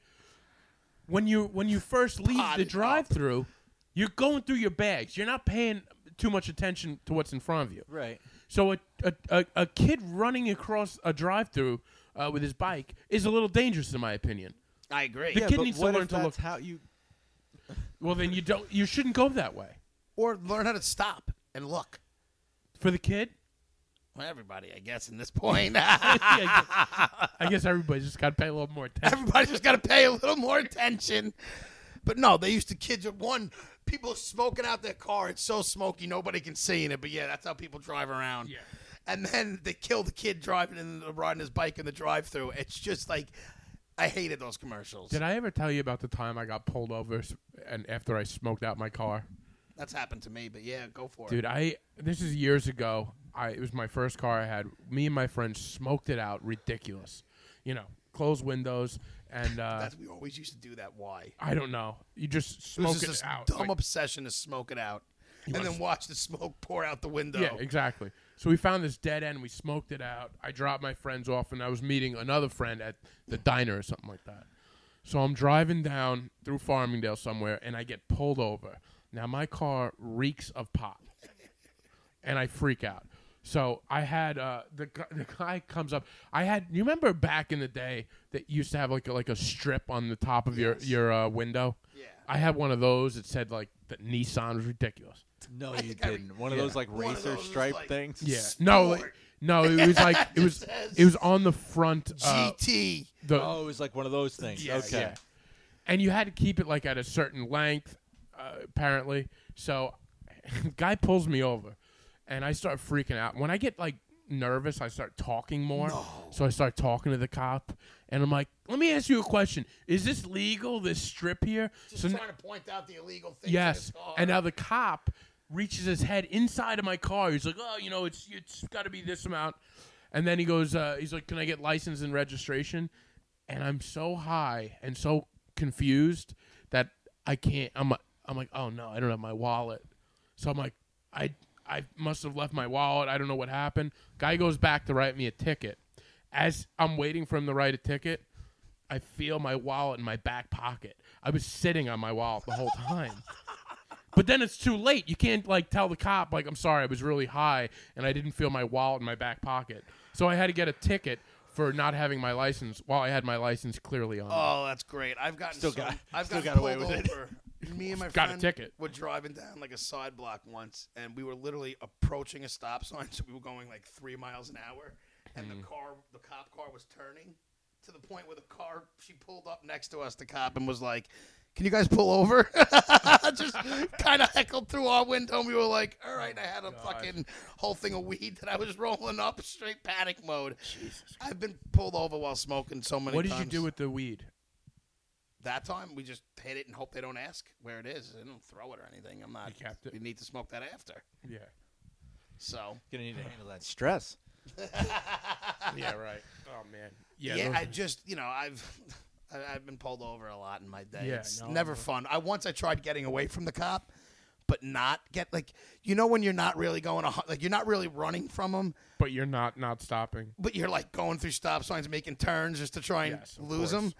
When you when you first leave
Potted
the
up.
drive-through, you're going through your bags. You're not paying too much attention to what's in front of you.
Right.
So a a, a, a kid running across a drive-through uh, with his bike is a little dangerous, in my opinion.
i agree
The
yeah,
kid
but
needs to
what
learn
if
to
that's
look-
how you
Well, then you don't you shouldn't go that way
or learn how to stop and look
for the kid.
well, everybody i guess in this point
Yeah, I, guess, I guess everybody's just got to pay a little more attention.
Everybody's just got to pay a little more attention. But no, they used to kids at one people smoking out their car. It's so smoky nobody can see in it. But yeah, that's how people drive around.
Yeah.
And then they kill the kid driving and riding his bike in the drive-through. It's just like I hated those commercials.
Did I ever tell you about the time I got pulled over s- and after I smoked out my car?
That's happened to me. But yeah, go for it.
Dude, I this is years ago. I it was my first car I had. Me and my friends smoked it out ridiculous. You know, closed windows and uh
That's we always used to do that. Why?
I don't know. You just
It was
smoke
just
it,
this
out.
dumb
like-
obsession to smoke it out, and then watch the smoke pour out the window.
Yeah, exactly. So we found this dead end. We smoked it out. I dropped my friends off, and I was meeting another friend at the diner or something like that. So I'm driving down through Farmingdale somewhere, and I get pulled over. Now my car reeks of pot, and I freak out. So I had uh, the gu- the guy comes up. I had you remember back in the day that you used to have like a, like a strip on the top of your your uh, window.
Yeah.
I had one of those that said like that Nissan was ridiculous.
No, you
think I re-
didn't. One of
Yeah.
those like
One of
racer
those is
stripe
like-
things.
Yeah. No, like, no, it was like it was it was on the front uh,
GT.
the
Oh, it was like one of those things.
Yeah,
okay.
yeah. And you had to keep it like at a certain length uh, apparently. So guy pulls me over and I start freaking out. When I get like nervous, I start talking more. So I start talking to the cop and I'm like, "Let me ask you a question. Is this legal this strip here?"
Just
So n-
trying to point out the illegal things. in
Yes.
his car.
And now the cop reaches his head inside of my car. He's like, "Oh, you know, it's it's got to be this amount." And then he goes, uh, "He's like, can I get license and registration?" And I'm so high and so confused that I can't. I'm I'm like, "Oh no, I don't have my wallet." So I'm like, "I I must have left my wallet. I don't know what happened." Guy goes back to write me a ticket. As I'm waiting for him to write a ticket, I feel my wallet in my back pocket. I was sitting on my wallet the whole time. But then it's too late. You can't like tell the cop like I'm sorry, I was really high and I didn't feel my wallet in my back pocket. So I had to get a ticket for not having my license while I had my license clearly on.
Oh, that's great. I've gotten
Still
so,
got-
I've
still
gotten
got away
pulled
with it.
over. Me and my
Got a
friend
ticket.
were driving down like a side block once, and we were literally approaching a stop sign, so we were going like three miles an hour, and
Mm.
the car, the cop car, was turning to the point where the car she pulled up next to us, the cop, and was like. Can you guys pull over? Just kind of heckled through our window. And we were like, "All right." I had
Oh,
a fucking whole thing of weed that I was rolling up, straight panic mode. Jesus, I've been pulled over while smoking so many.
what did you
times
do with the weed?
that time we just hit it and hope they don't ask where it is. They don't throw it or anything. I'm not.
You kept it?
We need to smoke that after.
Yeah.
So
Gonna need to handle that stress.
yeah, right. Oh man. Yeah.
yeah,
those-
I just you know I've I- I've been pulled over a lot in my day.
Yeah,
it's
no,
never
no.
fun. I once I tried getting away from the cop, but not get like you know when you're not really going a hu- like you're not really running from them,
but you're not not stopping.
but you're like going through stop signs, making turns just to try and
Yes, of course.
lose them.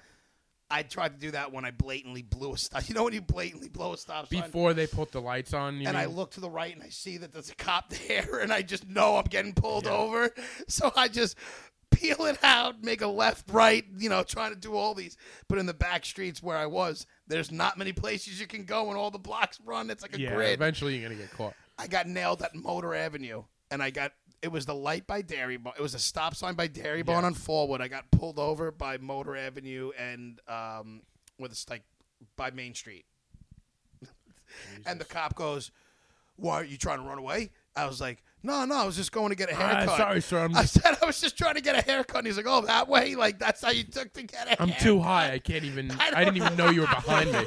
I tried to do that when I blatantly blew a stop. You know when you blatantly blow a stop sign.
Before they put the lights on, you
and I
mean?
look to the right and I see that there's a cop there, and I just know I'm getting pulled
Yeah.
over. So I just peel it out, make a left, right, you know, trying to do all these. But in the back streets where I was, there's not many places you can go, and all the blocks run. It's like a
yeah.
grid.
Eventually, you're gonna get caught.
I got nailed at Motor Avenue, and I got it was the light by Dairy Barn. It was a stop sign by Dairy Barn
Yeah.
on Forward. I got pulled over by Motor Avenue and um, with it's like by Main Street. and the cop goes, "Why are you trying to run away?" I was like, "No, no, I was just going to get a
Ah,
haircut."
sorry, sir. I'm,
I said I was just trying to get a haircut. And he's like, "Oh, that way? Like that's how you took to get a
I'm
haircut?"
too high. I can't even.
I
I, didn't even know you were behind me.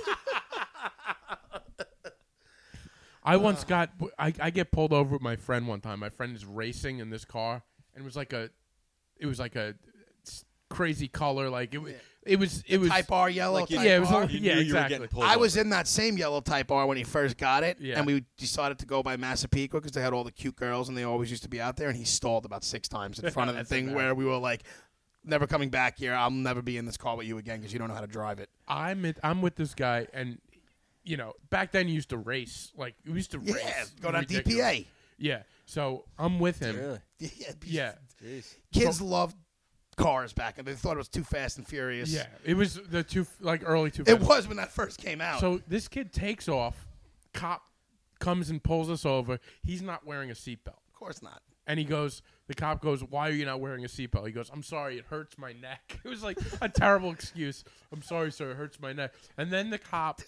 I once got. I, I get pulled over with my friend one time. My friend is racing in this car, and it was like a. It was like a s- crazy color. Like it. wa- It was. It was.
Type R yellow.
you-
type
yeah, it was
R.
like-
You
Yeah,
knew you were
exactly.
getting pulled
I was
over.
in that same yellow Type R when he first got it,
Yeah.
and we decided to go by Massapequa because they had all the cute girls, and they always used to be out there. And he stalled about six times in front of the
That's
thing
embarrassing.
where we were like, "Never coming back here. I'll never be in this car with you again because you don't know how to drive it."
I'm. At, I'm with this guy, and you know, back then you used to race. Like we used to
Yeah,
race.
go down
Ridiculous.
DPA.
Yeah. So I'm with him.
Yeah,
Yeah.
Jeez.
kids loved cars back, and they thought it was too fast and furious.
Yeah. It was the two like early two.
It was when that first came out.
So this kid takes off. Cop comes and pulls us over. He's not wearing a seatbelt.
of course not.
And he goes, the cop goes, Why are you not wearing a seatbelt? He goes, I'm sorry, it hurts my neck. It was like a terrible excuse. I'm sorry, sir, it hurts my neck. And then the cop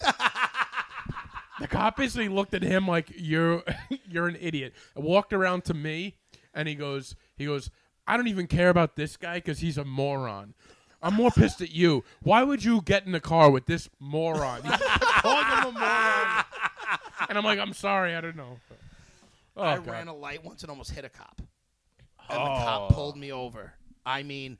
The cop basically looked at him like you're you're an idiot. And walked around to me and he goes he goes, I don't even care about this guy because he's a moron. I'm more pissed at you. Why would you get in the car with this moron? He called him a moron. And I'm like, I'm sorry, I don't know. Oh,
I
God.
ran a light once and almost hit a cop, and the cop
Oh.
pulled me over. I mean,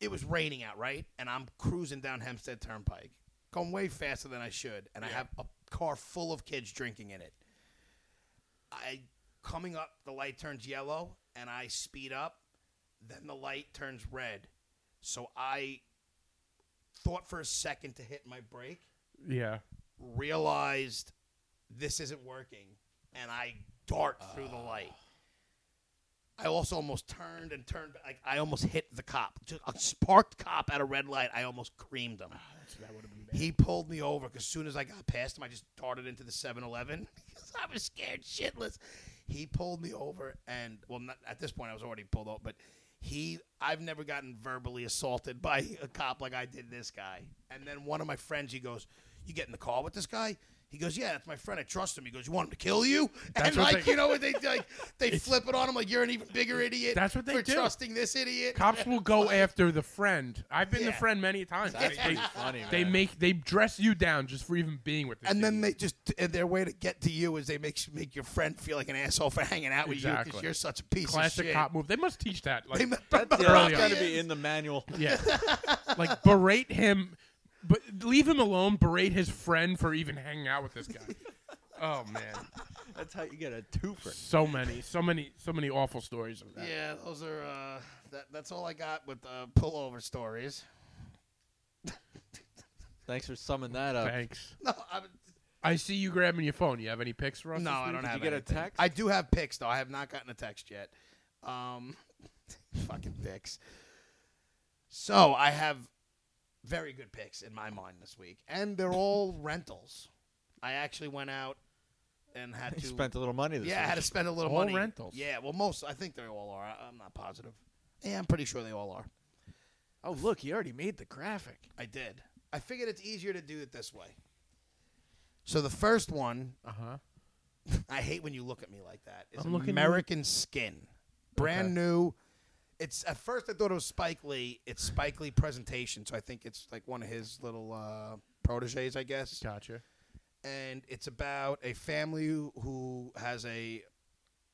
it was raining out, right? And I'm cruising down Hempstead Turnpike, going way faster than I should, and I have a car full of kids drinking in it. I coming up, the light turns yellow, and I speed up. Then the light turns red, so I thought for a second to hit my brake,
Yeah.
realized this isn't working, and I dart through the light. I also almost turned and turned. Like I almost hit the cop, just a sparked cop at a red light. I almost creamed him.
That would have been
He pulled me over because as soon as I got past him, I just darted into the 7 Eleven because I was scared shitless. He pulled me over, and well, not, at this point, I was already pulled over, but he, I've never gotten verbally assaulted by a cop like I did this guy. And then one of my friends, he goes, You get in the car with this guy? He goes, yeah, that's my friend. I trust him. He goes, you want him to kill you?
what
and like,
they-
you know what they like? They flip it on him like you're an even bigger idiot.
That's what they
for
do.
trusting this idiot.
Cops will go after the friend. I've been the
Yeah.
friend many times.
That's
They,
pretty funny,
they
man.
make they dress you down just for even being with this
and then
idiot.
they just and their way to get to you is they make make your friend feel like an asshole for hanging out with you
Exactly.
because you're such a piece of
classic
shit.
cop move. They must teach that.
They
Like,
must-
That's
Early
got to
on.
be in the manual.
yeah, like berate him, but leave him alone. Berate his friend for even hanging out with this guy. Oh man,
That's how you get a twofer.
so many, so many, so many awful stories of that.
yeah, those are uh, that, that's all I got with uh, pullover stories.
Thanks for summing that up.
Thanks.
No, I,
I see you grabbing your phone. You have any pics for us?
no,
this
I
week?
don't
Did
have.
you get a
anything.
text?
I do have pics though. I have not gotten a text yet. Um, fucking pics. So I have very good picks in my mind this week, and they're all rentals. I actually went out and had
You
to
spent a little money this
Yeah, I had to
week.
spend a little
All
money.
rentals.
Yeah, well, most I think they all are. I, I'm not positive. Yeah, I'm pretty sure they all are.
oh, look, you already made the graphic.
I did. I figured it's easier to do it this way. So the first one,
Uh huh.
I hate when you look at me like that. Is
I'm looking-
American Skin, brand
Okay.
new. It's at first I thought it was Spike Lee. It's Spike Lee presentation, so I think it's like one of his little uh, proteges, I guess.
Gotcha.
and it's about a family who has a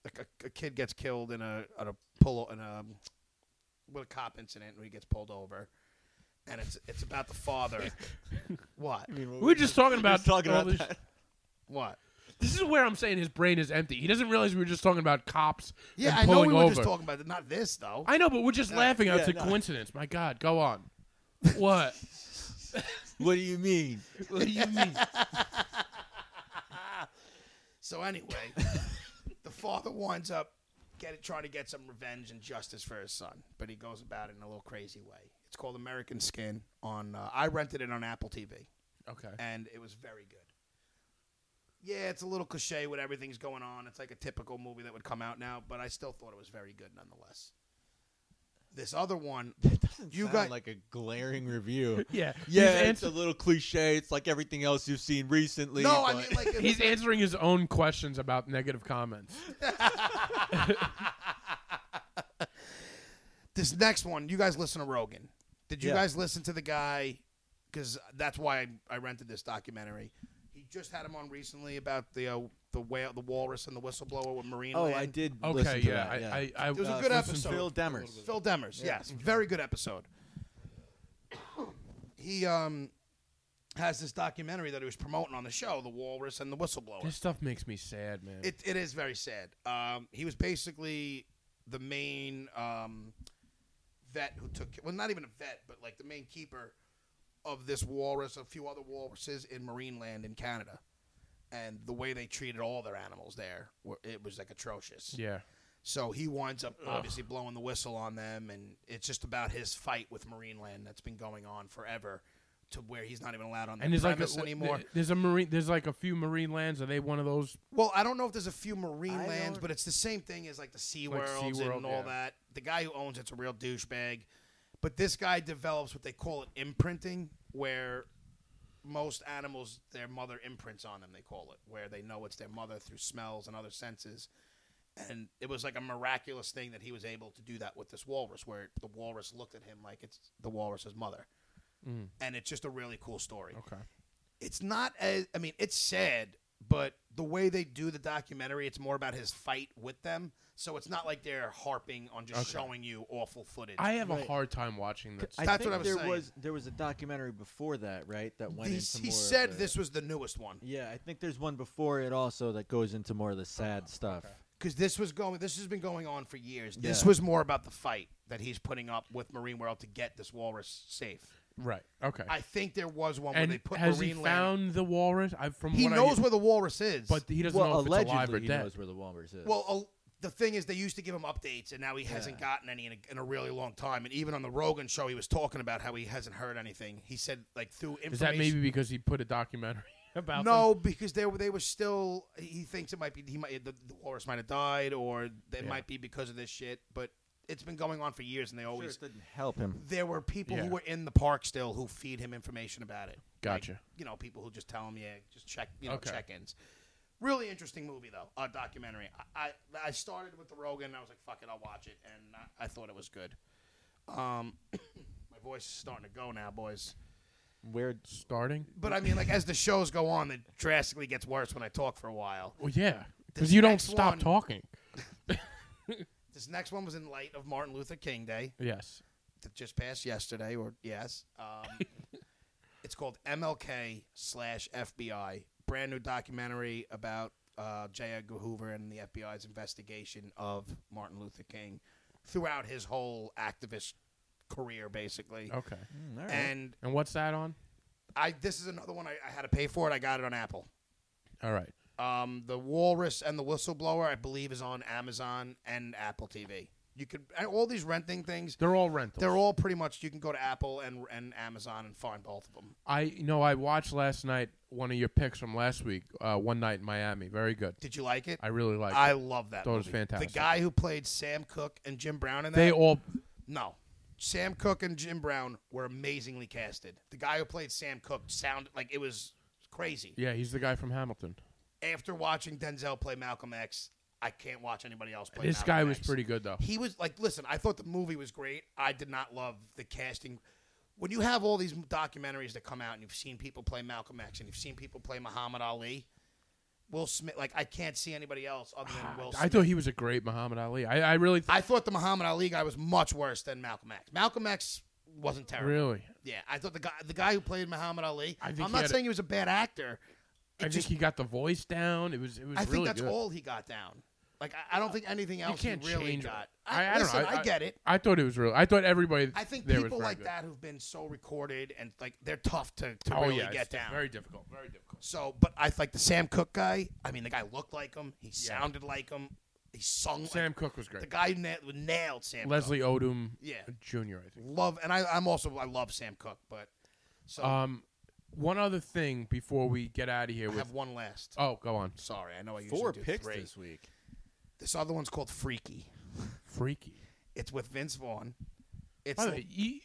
like a, a kid gets killed in a on a pull in a with a cop incident when he gets pulled over, and it's it's about the father. what?
We were just talking about
talking
all
about
this-
that.
What?
This is where I'm saying his brain is empty. He doesn't realize we were just talking about cops.
Yeah,
and
I know
pulling
we were
over.
just talking about it. Not this though.
I know, but we're just laughing. at
yeah,
it's a
no.
coincidence. My God, go on. What?
What do you mean? What do you mean?
So anyway, the father winds up get, trying to get some revenge and justice for his son, but he goes about it in a little crazy way. It's called American Skin. On uh, I rented it on Apple TV,
okay.
and it was very good. Yeah, it's a little cliche with everything's going on. It's like a typical movie that would come out now, but I still thought it was very good nonetheless. This other one, you
Sound
got
like a glaring review.
Yeah.
Yeah,
He's, ans-
it's a little cliche. It's like everything else you've seen recently.
no. I
but-
mean, like it
he's
was-
answering his own questions about negative comments.
this next one, you guys listen to Rogan. Did you
Yeah.
guys listen to the guy? Because that's why I, I rented this documentary. He just had him on recently about the uh, the whale, the walrus, and the whistleblower with marine.
oh,
Land.
I did.
Okay.
listen to
Yeah.
that, yeah.
I, I, I,
It was a
Uh,
good
from
episode.
Phil Demers.
Phil Demers, yes, very good episode. He um has this documentary that he was promoting on the show, the walrus and the whistleblower.
This stuff makes me sad, man.
It, it is very sad. Um, he was basically the main um, vet who took well, not even a vet, but like the main keeper of this walrus, a few other walruses in marine land in Canada, and the way they treated all their animals there, were, it was like atrocious.
yeah.
So he winds up obviously blowing the whistle on them, and it's just about his fight with marine land that's been going on forever, to where he's not even allowed on the
And there's like
premise
a,
anymore.
there's a marine. There's like a few marine lands. Are they one of those
Well, I don't know if there's a few marine
I
lands,
don't-
but it's the same thing as like the Sea
Like
Worlds
SeaWorld,
and all
yeah.
that. The guy who owns it's a real douchebag. But this guy develops what they call it imprinting, where most animals their mother imprints on them, they call it, where they know it's their mother through smells and other senses. And it was like a miraculous thing that he was able to do that with this walrus, where the walrus looked at him like it's the walrus's mother. And it's just a really cool story
Mm. Okay.
it's not as I mean, it's sad, but the way they do the documentary, it's more about his fight with them. So it's not like they're harping on just showing you awful footage.
I have a
Right.
hard time watching this.
I
That's
think
what I was
there
saying.
was there was a documentary before that, right? That went
These-
into
he
more of
said
the-
this was the newest one
Yeah, I think there's one before it also that goes into more
Oh,
of the sad stuff.
because this was going. This has been going on for years. This
Yeah.
was more about the fight that he's putting up with Marine World to get this walrus safe.
right. Okay.
I think there was one where
and
they put
has
Marine
he
Land.
found the walrus? I from
He
what I
knows
hear-
where the walrus is,
but he doesn't know
well,
if it's alive or
allegedly he
dead.
knows where the Walrus is.
Well, uh, the thing is, they used to give him updates, and now he hasn't gotten any in a, in a really long time. And even on the Rogan show, he was talking about how he hasn't heard anything. He said like through information.
Is that maybe because he put a documentary about
no, because they were they were still. He thinks it might be he might the, the walrus might have died, or it might be because of this shit. But it's been going on for years, and they
Oh,
sure,
always
it didn't help him.
there were people
Yeah.
who were in the park still who feed him information about it.
Gotcha.
Like, you know, people who just tell him, yeah, just check, you know,
Okay.
check-ins. Really interesting movie though, a documentary. I, I I started with the Rogan. And I was like, fuck it, I'll watch it, and I, I thought it was good. Um, my voice is starting to go now, boys.
Where
starting?
But I mean, like as the shows go on, it drastically gets worse when I talk for a while.
Well, yeah, because
This
you don't
next
stop
one-
talking.
This next one was in light of Martin Luther King Day.
Yes.
that just passed yesterday, or yes. Um, it's called MLK slash FBI. Brand new documentary about uh, J. Edgar Hoover and the FBI's investigation of Martin Luther King throughout his whole activist career, basically.
Okay.
Hmm. And
And what's that on?
I this is another one I, I had to pay for it. I got it on Apple.
All right.
Um, the Walrus and the Whistleblower, I believe, is on Amazon and Apple TV. You could and all these renting things.
They're all rentals.
They're all pretty much you can go to Apple and and Amazon and find both of them.
I you know I watched last night one of your picks from last week. Uh, one night in Miami. Very good.
Did you like it?
I really like.
I love that.
Thought it was
movie.
fantastic.
The guy who played Sam Cook and Jim Brown in that.
They all.
no, Sam Cook and Jim Brown were amazingly casted. The guy who played Sam Cook sounded like it was crazy.
Yeah, he's the guy from Hamilton.
After watching Denzel play Malcolm X, I can't watch anybody else play.
This
Malcolm
guy was
X.
pretty good though.
He was like, listen, I thought the movie was great. I did not love the casting. When you have all these documentaries that come out and you've seen people play Malcolm X and you've seen people play Muhammad Ali, Will Smith. Like I can't see anybody else other than Ah, Will. Smith.
I thought he was a great Muhammad Ali. I, I really th-
I thought the Muhammad Ali guy was much worse than Malcolm X. Malcolm X wasn't terrible.
really.
Yeah, I thought the guy the guy who played Muhammad Ali.
I
I
think
am
he
not
had a-
saying he was a bad actor.
I think
just-
he got the voice down. It was it was
I
really
think that's
good.
all he got down. Like I, I don't think anything
you
else
can't
he really
change it.
got.
I, I don't
listen,
know.
I get it.
I thought it was real. I thought everybody.
I think
there was
people
very
like
good.
that who've been so recorded and like they're tough to, to
Oh
really
yeah,
get
it's
down.
Very difficult. Very difficult.
so, but I like the Sam Cook guy. I mean, the guy looked like him. He sounded like him. He sung. like-
Sam Cooke was
the
great.
guy na- nailed Sam.
Leslie Odom
Yeah.
Jr. I think.
Cook. love, and I, I'm also I love Sam Cook, but so
Um, one other thing before we get out of here
I
with
have one last.
oh go on
Sorry, I know I usually
Four
do
picks
three.
this week.
This other one's called Freaky.
freaky.
It's with Vince Vaughn. It's
By the way, you,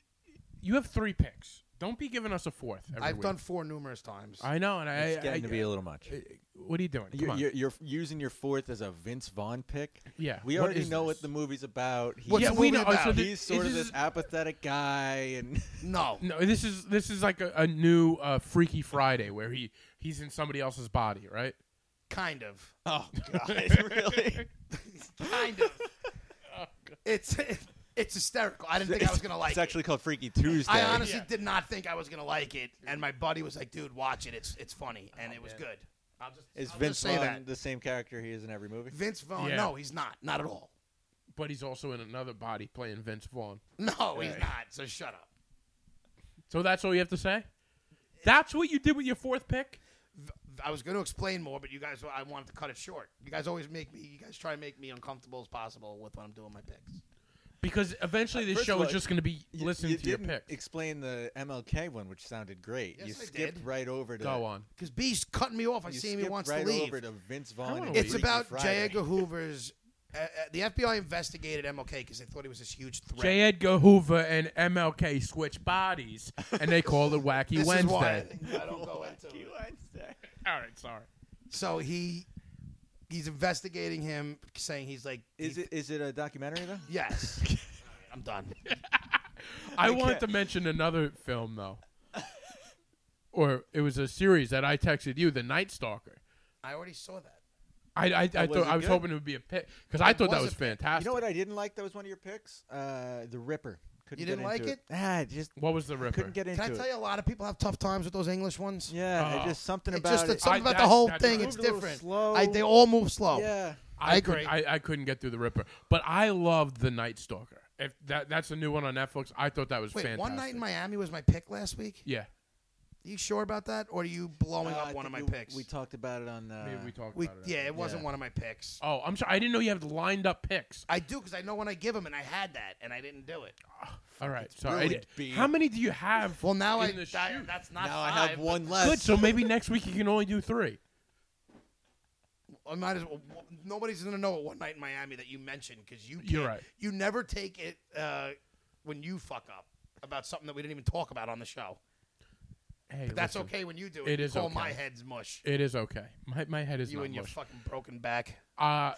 you have three picks. Don't be giving us a fourth. Every
I've
week.
done four numerous times.
I know, and I.
It's
I,
getting to be a little much.
what are you doing? Come
You're,
on.
you're, you're using your fourth as a Vince Vaughn pick.
Yeah,
we
what
already
is
know
this?
what the movie's about. He's,
What's
yeah,
the
we
movie
know. oh, So
about?
thi-
he's sort of
this
this
is-
apathetic guy, and
no,
No, this is this is like a, a new uh, Freaky Friday where he he's in somebody else's body, right?
kind of,
oh god, really?
kind of.
Oh,
it's it's hysterical. I didn't think I was gonna like
It's
it.
actually called Freaky Tuesday.
I honestly
Yeah.
did not think I was gonna like it, and my buddy was like, "Dude, watch it. It's it's
Oh,
funny," and it was good. I'll just,
is
I'll just
Vince
say
Vaughn
that
the same character he is in every movie?
Vince Vaughn?
Yeah.
No, he's not. Not at all.
But he's also in another body playing Vince Vaughn.
No, he's not. So shut up.
So that's all you have to say. That's what you did with your fourth pick.
I was going to explain more, but you guys, I wanted to cut it short. You guys always make me. You guys try and make me uncomfortable as possible with when I'm doing my picks.
Because eventually this
First
show
of all,
is just going to be
You-
listening
you
to your
didn't
picks.
Explain the MLK one, which sounded great.
Yes,
you
I
skipped
did.
right over to
Go on.
Because B's cutting me off. I
You
see him. He
skipped
wants
right
to leave.
over to Vince Vaughn.
wanna
and
leave.
it's
Freaky
about J.
Friday.
Edgar Hoover's. Uh, uh, the FBI investigated MLK because they thought he was this huge threat.
J. Edgar Hoover and MLK switch bodies, and they call it Wacky
this
Wednesday.
is why I don't go into it.
All right, sorry.
So he he's investigating him, saying he's like,
Is
he-
it is it a documentary though?
Yes. I'm done.
I wanted to mention another film though, or it was a series that I texted you, The Night Stalker.
I already saw that.
I I, I
was
thought
it
I was
good?
hoping it would be a pick because I thought that
was
was
a pick.
fantastic.
You know what I didn't like? That was one of your picks. Uh, the Ripper. Couldn't
You didn't
get into
like
it. Ah, I just
What was the ripper?
couldn't get into
Can I tell
it.
you, a lot of people have tough times with those English ones.
Yeah, I
Oh.
just something
It's
about
just
it.
it's
I-
something about the
that's-
whole
that's
thing.
right.
It's
Moved a little
different.
slow.
I, they all move slow.
yeah,
I
could-
agree.
I, I couldn't get through the ripper, but I loved The Night Stalker. If that that's a new one on Netflix, I thought that was
Wait,
fantastic.
one night in Miami was my pick last week.
yeah,
You sure about that, or are you blowing
Uh, I
up one of my
think we-
picks?
We talked about it on. Uh,
we, we talked
We-
about it.
yeah, it wasn't
Yeah.
one of my picks.
Oh, I'm sorry. I didn't know you had lined up picks.
I do because I know when I give them, and I had that, and I didn't do it.
All right. Sorry. I
ruined,
did-
B.
how many do you have?
Well, uh, now
in
I
the
that-
shoot?
that's not.
now
five,
I have
but
one left.
good. So maybe next week you can only do three.
I might as well. Nobody's gonna know what one night in Miami that you mentioned because you.
You're
can't-
right.
You never take it uh, when you fuck up about something that we didn't even talk about on the show.
Hey,
But that's
listen,
okay when you do it.
It
you
is
call
okay.
my head's mush.
It is okay. My my head is
you
not
and your
mush.
fucking broken back.
Uh,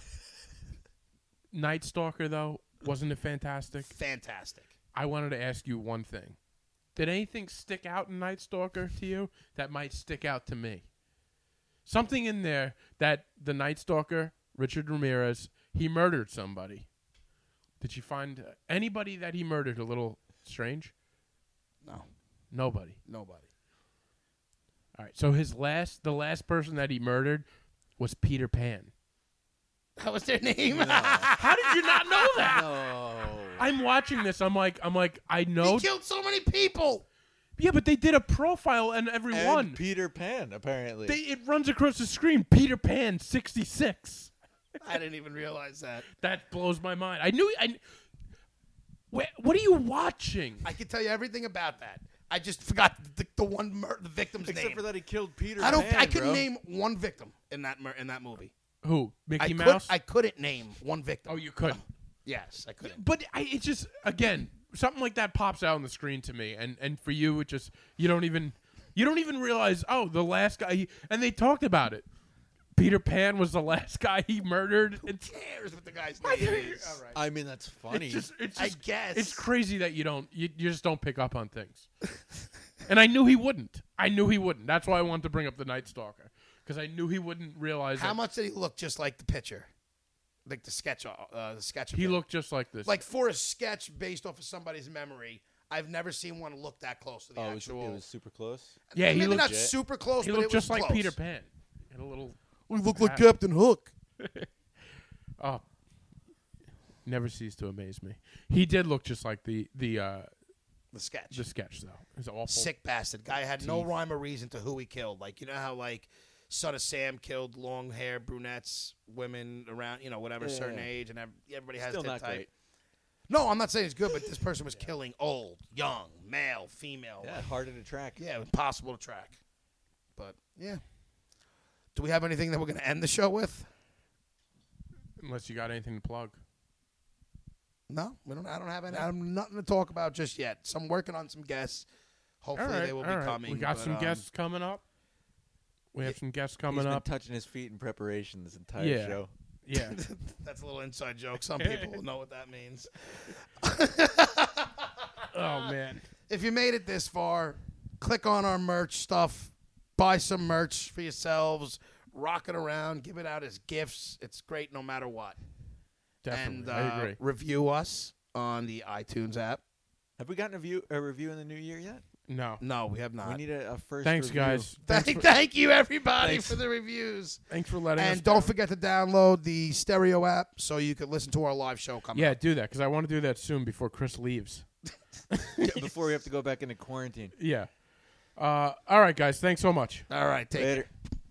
Night Stalker, though, wasn't it fantastic?
Fantastic.
I wanted to ask you one thing. Did anything stick out in Night Stalker to you that might stick out to me? Something in there that the Night Stalker, Richard Ramirez, he murdered somebody. Did you find uh, anybody that he murdered a little strange?
No,
Nobody.
nobody.
All right. So his last, the last person that he murdered was Peter Pan.
That was their name.
How did you not know that?
No.
I'm watching this. I'm like, I'm like, I know.
he killed so many people.
yeah, but they did a profile and every
And
one.
Peter Pan apparently.
They, it runs across the screen. Peter Pan, sixty six.
I didn't even realize that.
That blows my mind. I knew. I. Wh- what are you watching?
I could tell you everything about that. I just forgot the, the one mur- the victim's
Except
name.
for that he killed Peter.
I don't.
Pan,
I couldn't
bro.
name one victim in that mur- in that movie.
Who? Mickey
I
Mouse.
could. I couldn't name one victim.
oh, you couldn't.
yes, I couldn't.
But I, it just again something like that pops out on the screen to me, and and for you, it just you don't even you don't even realize. Oh, the last guy, he, and they talked about it. Peter Pan was the last guy he murdered. It's,
Who cares what the guy's name is? All right.
I mean, that's funny.
It's just, it's
I
just-
guess.
it's crazy that you don't you, you just don't pick up on things. and I knew he wouldn't. I knew he wouldn't. That's why I wanted to bring up the Night Stalker because I knew he wouldn't realize
How
that
much did he look just like the picture, like the sketch? Uh, the sketch. of
he
him?
looked just like this.
like for a sketch based off of somebody's memory. I've never seen one look that close to the
Oh, it was,
actual.
it was super close.
yeah, he
Maybe
looked
not
legit.
super close,
he
but
looked
it was
just like
close.
Peter Pan. He had a little
We look
like
Captain Hook.
oh, never ceased to amaze me. He did look just like the the uh,
The sketch.
the sketch though. It was awful.
Sick bastard. Guy had no rhyme or reason to who he killed. Like you know how like Son of Sam killed long hair brunettes, women around you know whatever
Yeah.
certain age, and ev- everybody has
Still
their
not
type.
great.
No, I'm not saying it's good, but this person was killing old, young, male, female.
Yeah,
like-
harder to track.
yeah, impossible to track. But yeah. Do we have anything that we're going to end the show with?
Unless you got anything to plug.
No, we don't. I don't have any. I'm nothing to talk about just yet. So I'm working on some guests. Hopefully
all right,
they will be
all right.
coming.
We got
but,
some
um,
guests coming up. We have some guests coming
He's
up.
been touching his feet in preparation this entire
Yeah.
show.
yeah,
That's a little inside joke. Some people will know what that means.
Oh man.
If you made it this far, click on our merch stuff. Buy some merch for yourselves. Rock it around. Give it out as gifts. It's great no matter what.
Definitely.
and uh,
I agree.
review us on the iTunes app.
Have we gotten a, view, a review in the new year yet?
No.
No, we have not.
we need a, a first.
Thanks
review.
guys.
thank,
Thanks for,
thank you everybody
Thanks.
for the reviews.
thanks for letting us
and don't
down.
forget to download the stereo app so you can listen to our live show coming
Yeah,
up.
do that cuz I want to do that soon before Chris leaves.
Yeah, Before we have to go back into quarantine.
Yeah. Uh, all right guys, thanks so much.
All right, take it.
Later.